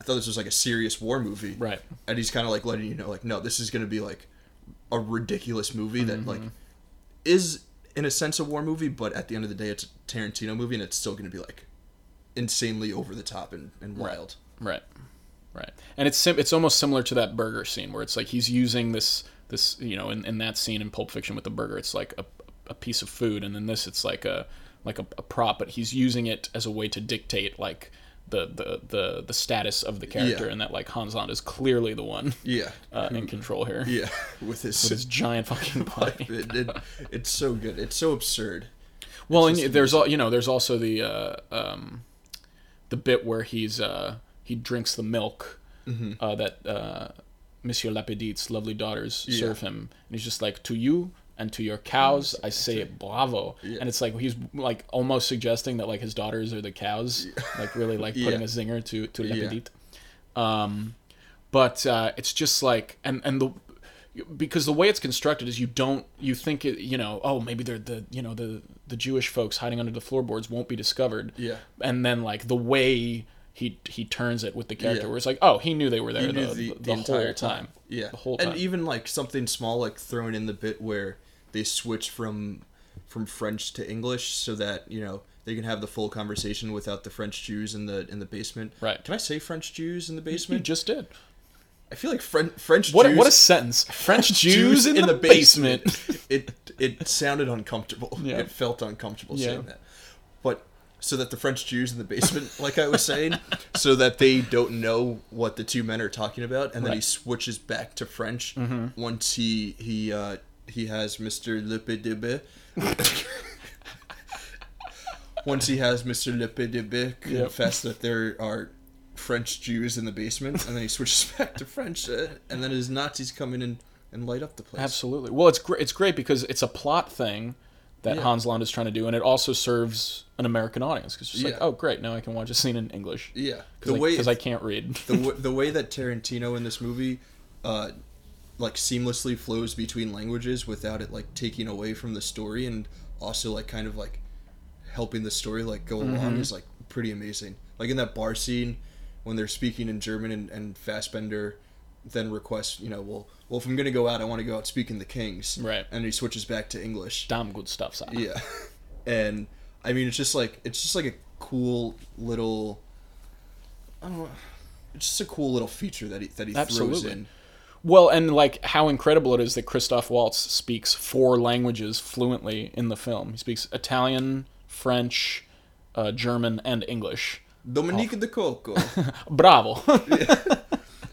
Speaker 2: i thought this was like a serious war movie
Speaker 1: Right.
Speaker 2: and
Speaker 1: Mm-hmm.
Speaker 2: he's kind of like letting you know like no this is going to be like a ridiculous movie that like is in a sense a war movie, but at the end of the day, it's a Tarantino movie, and it's still going to be like insanely over the top and, and wild.
Speaker 1: Right. Right. And it's sim- it's almost similar to that burger scene where it's like he's using this this you know in, in that scene in Pulp Fiction with the burger it's like a, a piece of food and then this it's like a like a, a prop but he's using it as a way to dictate like the the the, the status of the character
Speaker 2: Yeah.
Speaker 1: and that like Hans Landa is clearly the one
Speaker 2: Yeah,
Speaker 1: uh, in control here
Speaker 2: yeah, *laughs* with his.
Speaker 1: with his giant
Speaker 2: *laughs*
Speaker 1: fucking body.
Speaker 2: it, it, it's so good. It's so absurd.
Speaker 1: Well, and there's all you know. There's also the uh, um, the bit where he's uh, he drinks the milk
Speaker 2: Mm-hmm.
Speaker 1: uh, that uh, Monsieur Lapidite's lovely daughters serve him, and he's just like to you and to your cows, I say bravo. And it's like he's like almost suggesting that like his daughters are the cows, like really like putting
Speaker 2: *laughs* Yeah.
Speaker 1: a zinger to to Lapidite. Um, but uh, it's just like and and the because the way it's constructed is you don't you think it you know oh maybe they're the you know the the Jewish folks hiding under the floorboards won't be discovered
Speaker 2: Yeah.
Speaker 1: and then like the way he he turns it with the character
Speaker 2: Yeah.
Speaker 1: where it's like oh he knew they were there
Speaker 2: He
Speaker 1: the,
Speaker 2: knew
Speaker 1: the, the whole time,
Speaker 2: Yeah,
Speaker 1: the whole
Speaker 2: and
Speaker 1: time
Speaker 2: even like something small, like throwing in the bit where they switch from from French to English, so that you know they can have the full conversation without the French Jews in the in the basement.
Speaker 1: Right.
Speaker 2: Can I say French Jews in the
Speaker 1: you
Speaker 2: basement?
Speaker 1: just did
Speaker 2: I feel like French French
Speaker 1: what a,
Speaker 2: Jews.
Speaker 1: what a
Speaker 2: *laughs*
Speaker 1: sentence French Jews in, the, basement,
Speaker 2: it it sounded uncomfortable.
Speaker 1: *laughs* Yeah.
Speaker 2: It felt uncomfortable
Speaker 1: Yeah.
Speaker 2: saying that. But so that the French Jews in the basement, like I was
Speaker 1: *laughs*
Speaker 2: saying, so that they don't know what the two men are talking about, and then he
Speaker 1: Right. Mm-hmm.
Speaker 2: switches back to French once he he uh, he has Mister Lepedebe. once he has Mister Lepedebe confess that there are French Jews in the basement, and then he switches *laughs* back to French, uh, and then his Nazis come in and, and light up the place.
Speaker 1: absolutely well it's great it's great because it's a plot thing that
Speaker 2: Yeah.
Speaker 1: Hans Land is trying to do and it also serves an American audience because it's just like
Speaker 2: Yeah.
Speaker 1: oh great now I can watch a scene in English
Speaker 2: Yeah,
Speaker 1: because
Speaker 2: the way
Speaker 1: I, can't read
Speaker 2: the w- the way that Tarantino in this movie, uh, like seamlessly flows between languages without it like taking away from the story and also like kind of like helping the story like go along is like pretty amazing. Like in that bar scene when they're speaking in German and, and Fassbender then requests you know well well if I'm gonna go out I want to go out speaking the Kings
Speaker 1: Right.
Speaker 2: and he switches back to
Speaker 1: *laughs*
Speaker 2: English
Speaker 1: damn good stuff sir.
Speaker 2: yeah *laughs* and i mean it's just like it's just like a cool little i don't know it's just a cool little feature that he that he throws
Speaker 1: Absolutely.
Speaker 2: in
Speaker 1: Well, and like how incredible it is that Christoph Waltz speaks four languages fluently in the film. He speaks Italian, French, uh, German, and English. Oh.
Speaker 2: dominique de
Speaker 1: *laughs*
Speaker 2: coco
Speaker 1: Bravo! *laughs*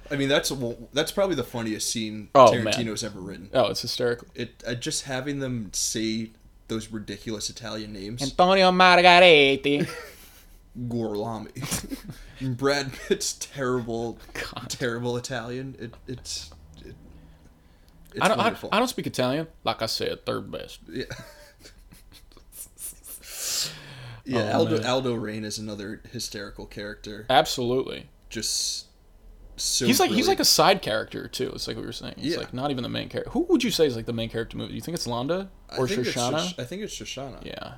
Speaker 2: i mean that's well, that's probably the funniest scene
Speaker 1: Oh, man.
Speaker 2: tarantino's ever written
Speaker 1: oh, it's hysterical.
Speaker 2: it uh, just having them say those ridiculous italian names
Speaker 1: Antonio Margariti.
Speaker 2: gorlami
Speaker 1: *laughs*
Speaker 2: *laughs* And brad pitt's terrible terrible italian it, it's it, it's
Speaker 1: I don't. I,
Speaker 2: wonderful
Speaker 1: I don't speak Italian. Like I said, third best.
Speaker 2: Yeah. *laughs* yeah,
Speaker 1: Oh,
Speaker 2: Aldo
Speaker 1: man.
Speaker 2: Aldo Rain is another hysterical character.
Speaker 1: Absolutely.
Speaker 2: Just so
Speaker 1: He's like he's like
Speaker 2: brilliant.
Speaker 1: a side character too. It's like we were saying. He's
Speaker 2: Yeah.
Speaker 1: like not even the main character. Who would you say is like the main character movie? Do you think it's Londa
Speaker 2: I
Speaker 1: or
Speaker 2: think it's
Speaker 1: Shoshana?
Speaker 2: Shosh- I think it's Shoshana.
Speaker 1: yeah.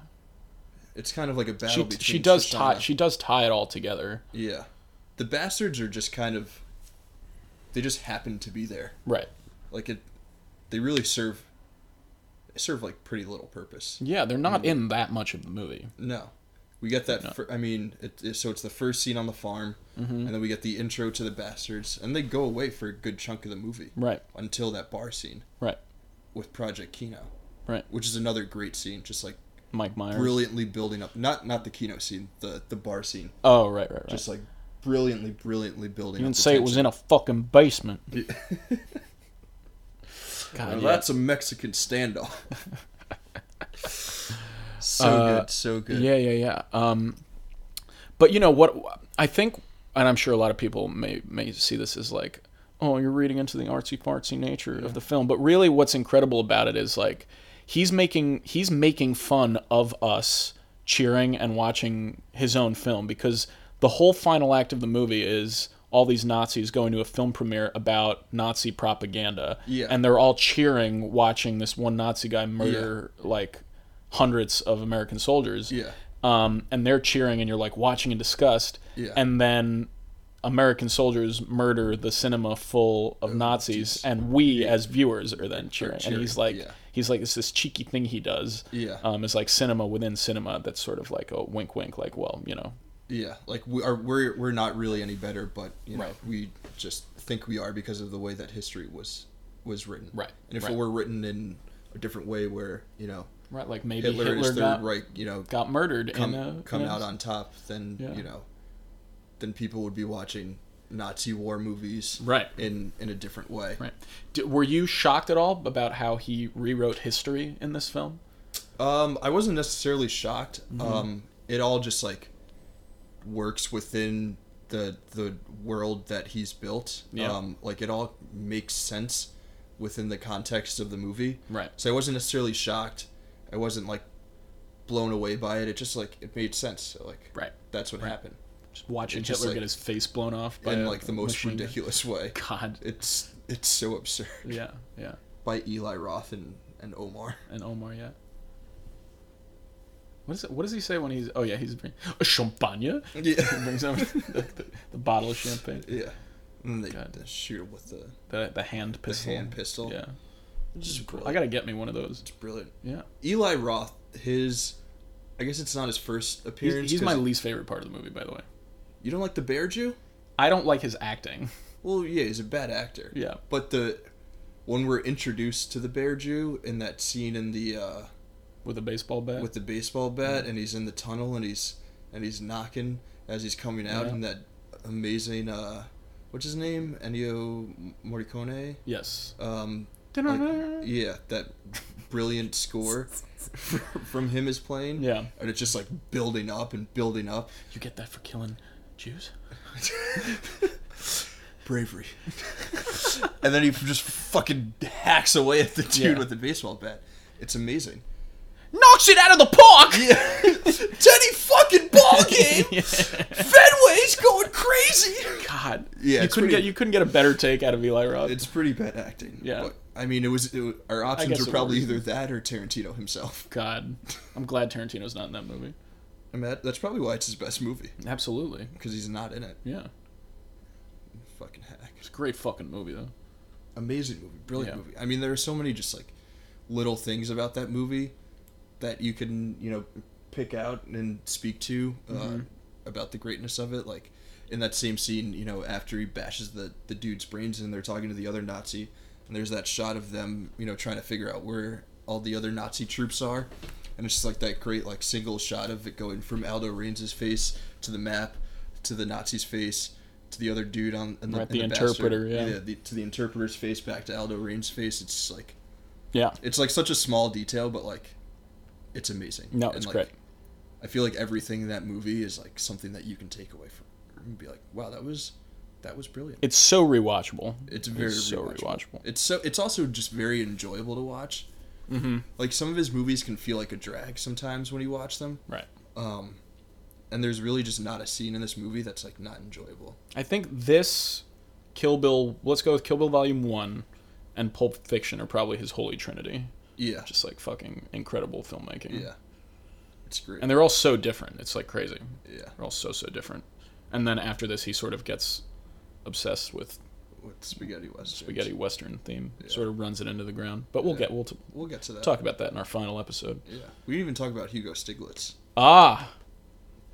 Speaker 2: It's kind of like a battle
Speaker 1: She
Speaker 2: between
Speaker 1: she does
Speaker 2: Shoshana.
Speaker 1: tie she does tie it all together.
Speaker 2: Yeah. The bastards are just kind of they just happen to be there.
Speaker 1: Right.
Speaker 2: Like it they really serve they serve like pretty little purpose.
Speaker 1: Yeah, they're not in that much of the movie.
Speaker 2: No. We get that. Fir- I mean, it, it- so it's the first scene on the farm,
Speaker 1: Mm-hmm.
Speaker 2: and then we get the intro to the bastards, and they go away for a good chunk of the movie
Speaker 1: Right.
Speaker 2: until that bar scene
Speaker 1: Right.
Speaker 2: with Project Kino,
Speaker 1: Right.
Speaker 2: which is another great scene, just like
Speaker 1: Mike Myers.
Speaker 2: brilliantly building up. Not not the Kino scene, the the bar scene,
Speaker 1: Oh, right, right, right.
Speaker 2: just like brilliantly, brilliantly building.
Speaker 1: you
Speaker 2: up
Speaker 1: didn't
Speaker 2: the
Speaker 1: say it was
Speaker 2: tension.
Speaker 1: in a fucking basement.
Speaker 2: Now
Speaker 1: God, yeah.
Speaker 2: That's a Mexican
Speaker 1: *laughs*
Speaker 2: standoff. so
Speaker 1: Uh,
Speaker 2: good, so good.
Speaker 1: yeah, yeah, yeah. Um, but you know what? I think, and I'm sure a lot of people may may see this as like, oh, you're reading into the artsy fartsy nature of the film. But really, what's incredible about it is like he's making he's making fun of us cheering and watching his own film because the whole final act of the movie is all these Nazis going to a film premiere about Nazi propaganda.
Speaker 2: Yeah.
Speaker 1: And they're all cheering watching this one Nazi guy murder like hundreds of American soldiers
Speaker 2: Yeah.
Speaker 1: um, and they're cheering, and you're like watching in disgust.
Speaker 2: Yeah.
Speaker 1: And then American soldiers
Speaker 2: Oh,
Speaker 1: murder the cinema full of Nazis, and we as viewers are then cheering. And
Speaker 2: cheering,
Speaker 1: he's like,
Speaker 2: yeah.
Speaker 1: he's like it's this cheeky thing he does.
Speaker 2: Yeah.
Speaker 1: Um, is like cinema within cinema. That's sort of like a wink, wink. Like, well, you know,
Speaker 2: Yeah, like we are we're we're not really any better, but you know,
Speaker 1: Right.
Speaker 2: we just think we are because of the way that history was was written.
Speaker 1: Right,
Speaker 2: And if
Speaker 1: right.
Speaker 2: it were written in a different way where, you know,
Speaker 1: right? Like maybe
Speaker 2: Hitler,
Speaker 1: Hitler,
Speaker 2: and his third
Speaker 1: got,
Speaker 2: Reich, you know,
Speaker 1: got murdered
Speaker 2: come
Speaker 1: in a
Speaker 2: come
Speaker 1: in a-
Speaker 2: out on top, then
Speaker 1: Yeah.
Speaker 2: you know then people would be watching Nazi war movies
Speaker 1: Right.
Speaker 2: in in a different way.
Speaker 1: Right. D were you shocked at all about how he rewrote history in this film?
Speaker 2: Um, I wasn't necessarily shocked.
Speaker 1: Mm-hmm.
Speaker 2: Um, it all just like works within the the world that he's built.
Speaker 1: Yeah.
Speaker 2: Um, like it all makes sense within the context of the movie.
Speaker 1: Right.
Speaker 2: So I wasn't necessarily shocked. I wasn't like blown away by it. It just like it made sense. So, like
Speaker 1: Right.
Speaker 2: that's what happened
Speaker 1: Just watching
Speaker 2: It just,
Speaker 1: Hitler
Speaker 2: like-
Speaker 1: get his face blown off by
Speaker 2: in
Speaker 1: a
Speaker 2: like the most
Speaker 1: machine gun.
Speaker 2: ridiculous way. *laughs*
Speaker 1: God.
Speaker 2: It's it's so absurd
Speaker 1: Yeah. Yeah.
Speaker 2: by Eli Roth and and Omar.
Speaker 1: and Omar yet. What is it? What does he say when he's? Oh yeah, he's bring a champagne.
Speaker 2: *laughs*
Speaker 1: He
Speaker 2: Yeah.
Speaker 1: brings over *laughs* the, the, the bottle of champagne,
Speaker 2: yeah. And they,
Speaker 1: God.
Speaker 2: they shoot him with the
Speaker 1: the the hand pistol.
Speaker 2: hand pistol.
Speaker 1: Yeah,
Speaker 2: Which is
Speaker 1: I gotta get me one of those.
Speaker 2: It's brilliant.
Speaker 1: Yeah,
Speaker 2: Eli Roth, his, I guess it's not his first
Speaker 1: he's,
Speaker 2: appearance.
Speaker 1: he's my
Speaker 2: 'cause-
Speaker 1: least favorite part of the movie, by the way.
Speaker 2: You don't like the Bear Jew?
Speaker 1: I don't like his acting. *laughs*
Speaker 2: Well, yeah, he's a bad actor.
Speaker 1: Yeah,
Speaker 2: But the, when we're introduced to the Bear Jew in that scene in the, uh,
Speaker 1: with a baseball bat.
Speaker 2: with the baseball bat, and he's in the tunnel, and he's, and he's knocking as he's coming out,
Speaker 1: Yeah.
Speaker 2: and that amazing, uh, what's his name, Ennio Morricone.
Speaker 1: yes.
Speaker 2: Um,
Speaker 1: *laughs* Da-da-da.
Speaker 2: yeah, that brilliant
Speaker 1: *laughs*
Speaker 2: score from him is playing.
Speaker 1: yeah,
Speaker 2: And it's just like building up and building up. *laughs*
Speaker 1: you get that for killing Jews.
Speaker 2: bravery. *laughs* and then he just fucking hacks away at the dude
Speaker 1: Yeah.
Speaker 2: with the baseball bat. It's amazing. *laughs*
Speaker 1: Knocks it out of the park.
Speaker 2: Yeah. Teddy fucking ball
Speaker 1: *laughs*
Speaker 2: game. Fenway's going crazy.
Speaker 1: God.
Speaker 2: Yeah,
Speaker 1: you
Speaker 2: it's
Speaker 1: couldn't
Speaker 2: pretty-
Speaker 1: get you couldn't get a better take out of Eli Roth.
Speaker 2: It's pretty bad acting.
Speaker 1: Yeah.
Speaker 2: But, I mean, it was it, was- our options
Speaker 1: guess
Speaker 2: were
Speaker 1: it
Speaker 2: probably
Speaker 1: was.
Speaker 2: either that or Tarantino himself.
Speaker 1: God, I'm glad Tarantino's not in that movie.
Speaker 2: I mean, that, that's probably why it's his best movie
Speaker 1: Absolutely.
Speaker 2: because he's not in it.
Speaker 1: Yeah.
Speaker 2: Fucking hack.
Speaker 1: It's a great fucking movie though.
Speaker 2: amazing movie, brilliant
Speaker 1: Yeah.
Speaker 2: movie. I mean, there are so many just like little things about that movie that you can you know pick out and speak to uh, about the greatness of it. Like in that same scene, you know, after he bashes the the dude's brains in, they're talking to the other Nazi, and there's that shot of them you know trying to figure out where all the other Nazi troops are. And it's just like that great like single shot of it going from Aldo Reigns' face to the map, to the Nazi's face, to the other dude on and
Speaker 1: Right,
Speaker 2: and
Speaker 1: the
Speaker 2: bastard.
Speaker 1: interpreter, yeah.
Speaker 2: the, to the interpreter's face, back to Aldo Rain's face. It's like
Speaker 1: Yeah.
Speaker 2: it's like such a small detail, but like it's amazing.
Speaker 1: No,
Speaker 2: And,
Speaker 1: it's
Speaker 2: like,
Speaker 1: great.
Speaker 2: I feel like everything in that movie is like something that you can take away from and be like, wow, that was that was brilliant.
Speaker 1: It's so rewatchable.
Speaker 2: It's very
Speaker 1: so
Speaker 2: rewatchable.
Speaker 1: rewatchable.
Speaker 2: It's so it's also just very enjoyable to watch. Mm-hmm. Like some of his movies can feel like a drag sometimes when you watch them, Um,
Speaker 1: Right.
Speaker 2: and there's really just not a scene in this movie that's like not enjoyable.
Speaker 1: I think this Kill Bill, let's go with Kill Bill Volume 1 and Pulp Fiction are probably his holy trinity.
Speaker 2: Yeah,
Speaker 1: Just like fucking incredible filmmaking.
Speaker 2: yeah, it's great.
Speaker 1: And they're all so different. It's like crazy.
Speaker 2: yeah,
Speaker 1: They're all so so different. And then after this he sort of gets obsessed with
Speaker 2: with spaghetti westerns.
Speaker 1: spaghetti western theme. Sort of runs it into the ground. But we'll get we'll t-
Speaker 2: We'll get to that.
Speaker 1: talk about that in our final episode.
Speaker 2: Yeah. We didn't even talk about Hugo Stiglitz.
Speaker 1: Ah.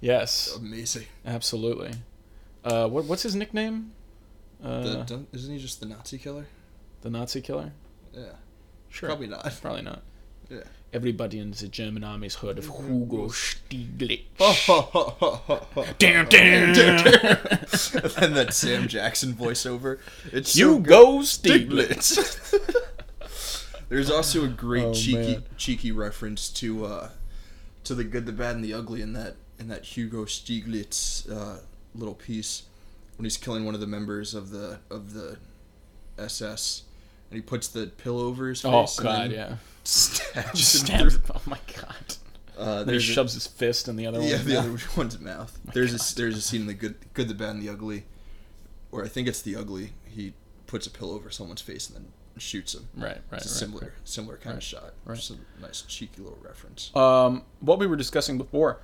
Speaker 1: Yes.
Speaker 2: Amazing.
Speaker 1: Absolutely. Uh, what, what's his nickname? Uh,
Speaker 2: The,
Speaker 1: the,
Speaker 2: don't- isn't he just the Nazi killer?
Speaker 1: Nazi killer?
Speaker 2: Yeah.
Speaker 1: Sure. *laughs*
Speaker 2: Probably not. *laughs*
Speaker 1: Probably not.
Speaker 2: Yeah. Mm-hmm.
Speaker 1: Everybody in the German army's heard of Hugo Stieglitz.
Speaker 2: Oh,
Speaker 1: Damn,
Speaker 2: *laughs*
Speaker 1: damn,
Speaker 2: and that Sam Jackson voiceover. It's so good.
Speaker 1: Hugo Stieglitz.
Speaker 2: Stiglitz. *laughs* There's also a great
Speaker 1: Oh,
Speaker 2: cheeky
Speaker 1: man.
Speaker 2: cheeky reference to uh, to the good, the bad, and the ugly in that in that Hugo Stieglitz uh, little piece when he's killing one of the members of the of the SS, and he puts the pillow over his
Speaker 1: Oh,
Speaker 2: face.
Speaker 1: God,
Speaker 2: and then
Speaker 1: yeah.
Speaker 2: *laughs* stabs
Speaker 1: Just
Speaker 2: him
Speaker 1: stabs.
Speaker 2: through-
Speaker 1: Oh, my God.
Speaker 2: Uh,
Speaker 1: Then he
Speaker 2: there's a-
Speaker 1: shoves his fist in the Oh, other
Speaker 2: yeah,
Speaker 1: one. *laughs*
Speaker 2: the other *laughs* one's mouth. There's a there's a scene in the good good the bad and the ugly, or I think it's the ugly. He puts a pillow over someone's face and then shoots him.
Speaker 1: Right, right, right.
Speaker 2: It's a similar similar kind of shot.
Speaker 1: right.
Speaker 2: Just a nice cheeky little reference.
Speaker 1: Um, what we were discussing before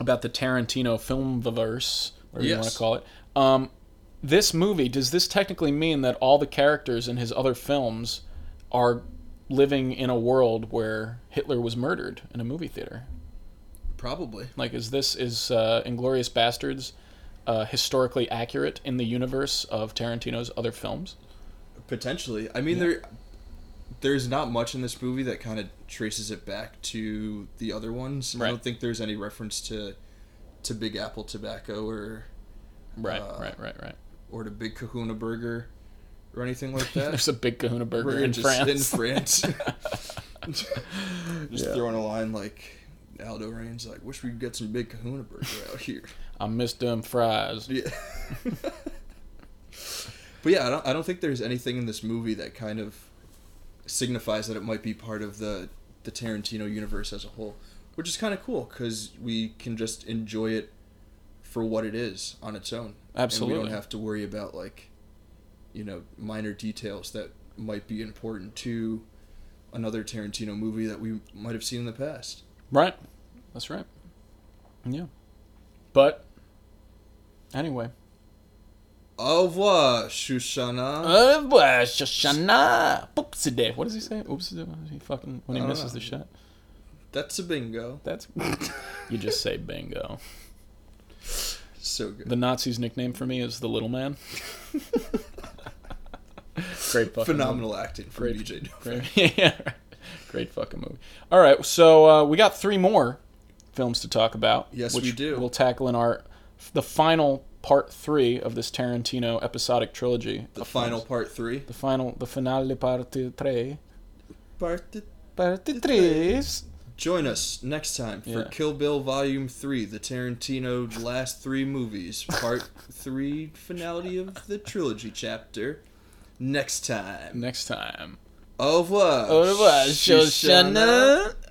Speaker 1: about the Tarantino film verse, whatever you
Speaker 2: Yes.
Speaker 1: want to call it. Um, this movie does this technically mean that all the characters in his other films are living in a world where Hitler was murdered in a movie theater?
Speaker 2: Probably.
Speaker 1: Like, is this is uh, Inglorious Bastards uh, historically accurate in the universe of Tarantino's other films?
Speaker 2: Potentially. I mean, there there's not much in this movie that kind of traces it back to the other ones.
Speaker 1: Right.
Speaker 2: I don't think there's any reference to to Big Apple tobacco or
Speaker 1: Right,
Speaker 2: Uh,
Speaker 1: right, right, *laughs* right.
Speaker 2: or to Big Kahuna Burger or anything like
Speaker 1: *laughs*
Speaker 2: that. *laughs*
Speaker 1: There's a big Kahuna burger
Speaker 2: Burger
Speaker 1: in
Speaker 2: just
Speaker 1: France.
Speaker 2: in France. just throwing a line like Aldo Rain's like, wish we could get some Big Kahuna Burger out here.
Speaker 1: *laughs* I miss them fries.
Speaker 2: Yeah. *laughs* but yeah, I don't, I don't think there's anything in this movie that kind of signifies that it might be part of the the Tarantino universe as a whole, which is kind of cool because we can just enjoy it for what it is on its own. And we
Speaker 1: Absolutely.
Speaker 2: don't have to worry about like, you know, minor details that might be important to another Tarantino movie that we might have seen in the past.
Speaker 1: Right. That's right. Yeah. But anyway.
Speaker 2: Au revoir, Shoshana.
Speaker 1: Uh, well, Shoshana. Oopsie-day. What does he say? Oopsie-day. He fucking when he
Speaker 2: I don't
Speaker 1: misses
Speaker 2: know.
Speaker 1: the shot.
Speaker 2: That's a bingo. *laughs*
Speaker 1: That's you just say bingo.
Speaker 2: So good.
Speaker 1: The Nazi's nickname for me is the little
Speaker 2: *laughs*
Speaker 1: man. Great fucking
Speaker 2: Phenomenal acting from
Speaker 1: Great.
Speaker 2: BJ.
Speaker 1: Movie. Great, *laughs* yeah, right. great fucking movie. All right, so uh, we got three more films to talk about.
Speaker 2: Yes,
Speaker 1: which
Speaker 2: we do.
Speaker 1: We'll tackle in our the final part three of this Tarantino episodic trilogy.
Speaker 2: The
Speaker 1: of
Speaker 2: final
Speaker 1: films.
Speaker 2: part three.
Speaker 1: the final, the finale parte tre.
Speaker 2: Part th-
Speaker 1: Parte tres.
Speaker 2: Join us next time for
Speaker 1: Yeah.
Speaker 2: Kill Bill Volume Three: The Tarantino Last Three Movies,
Speaker 1: *laughs*
Speaker 2: Part Three, finality of the trilogy chapter. Next time.
Speaker 1: Next time.
Speaker 2: Au revoir.
Speaker 1: Au revoir,
Speaker 2: Shoshana.
Speaker 1: Shoshana.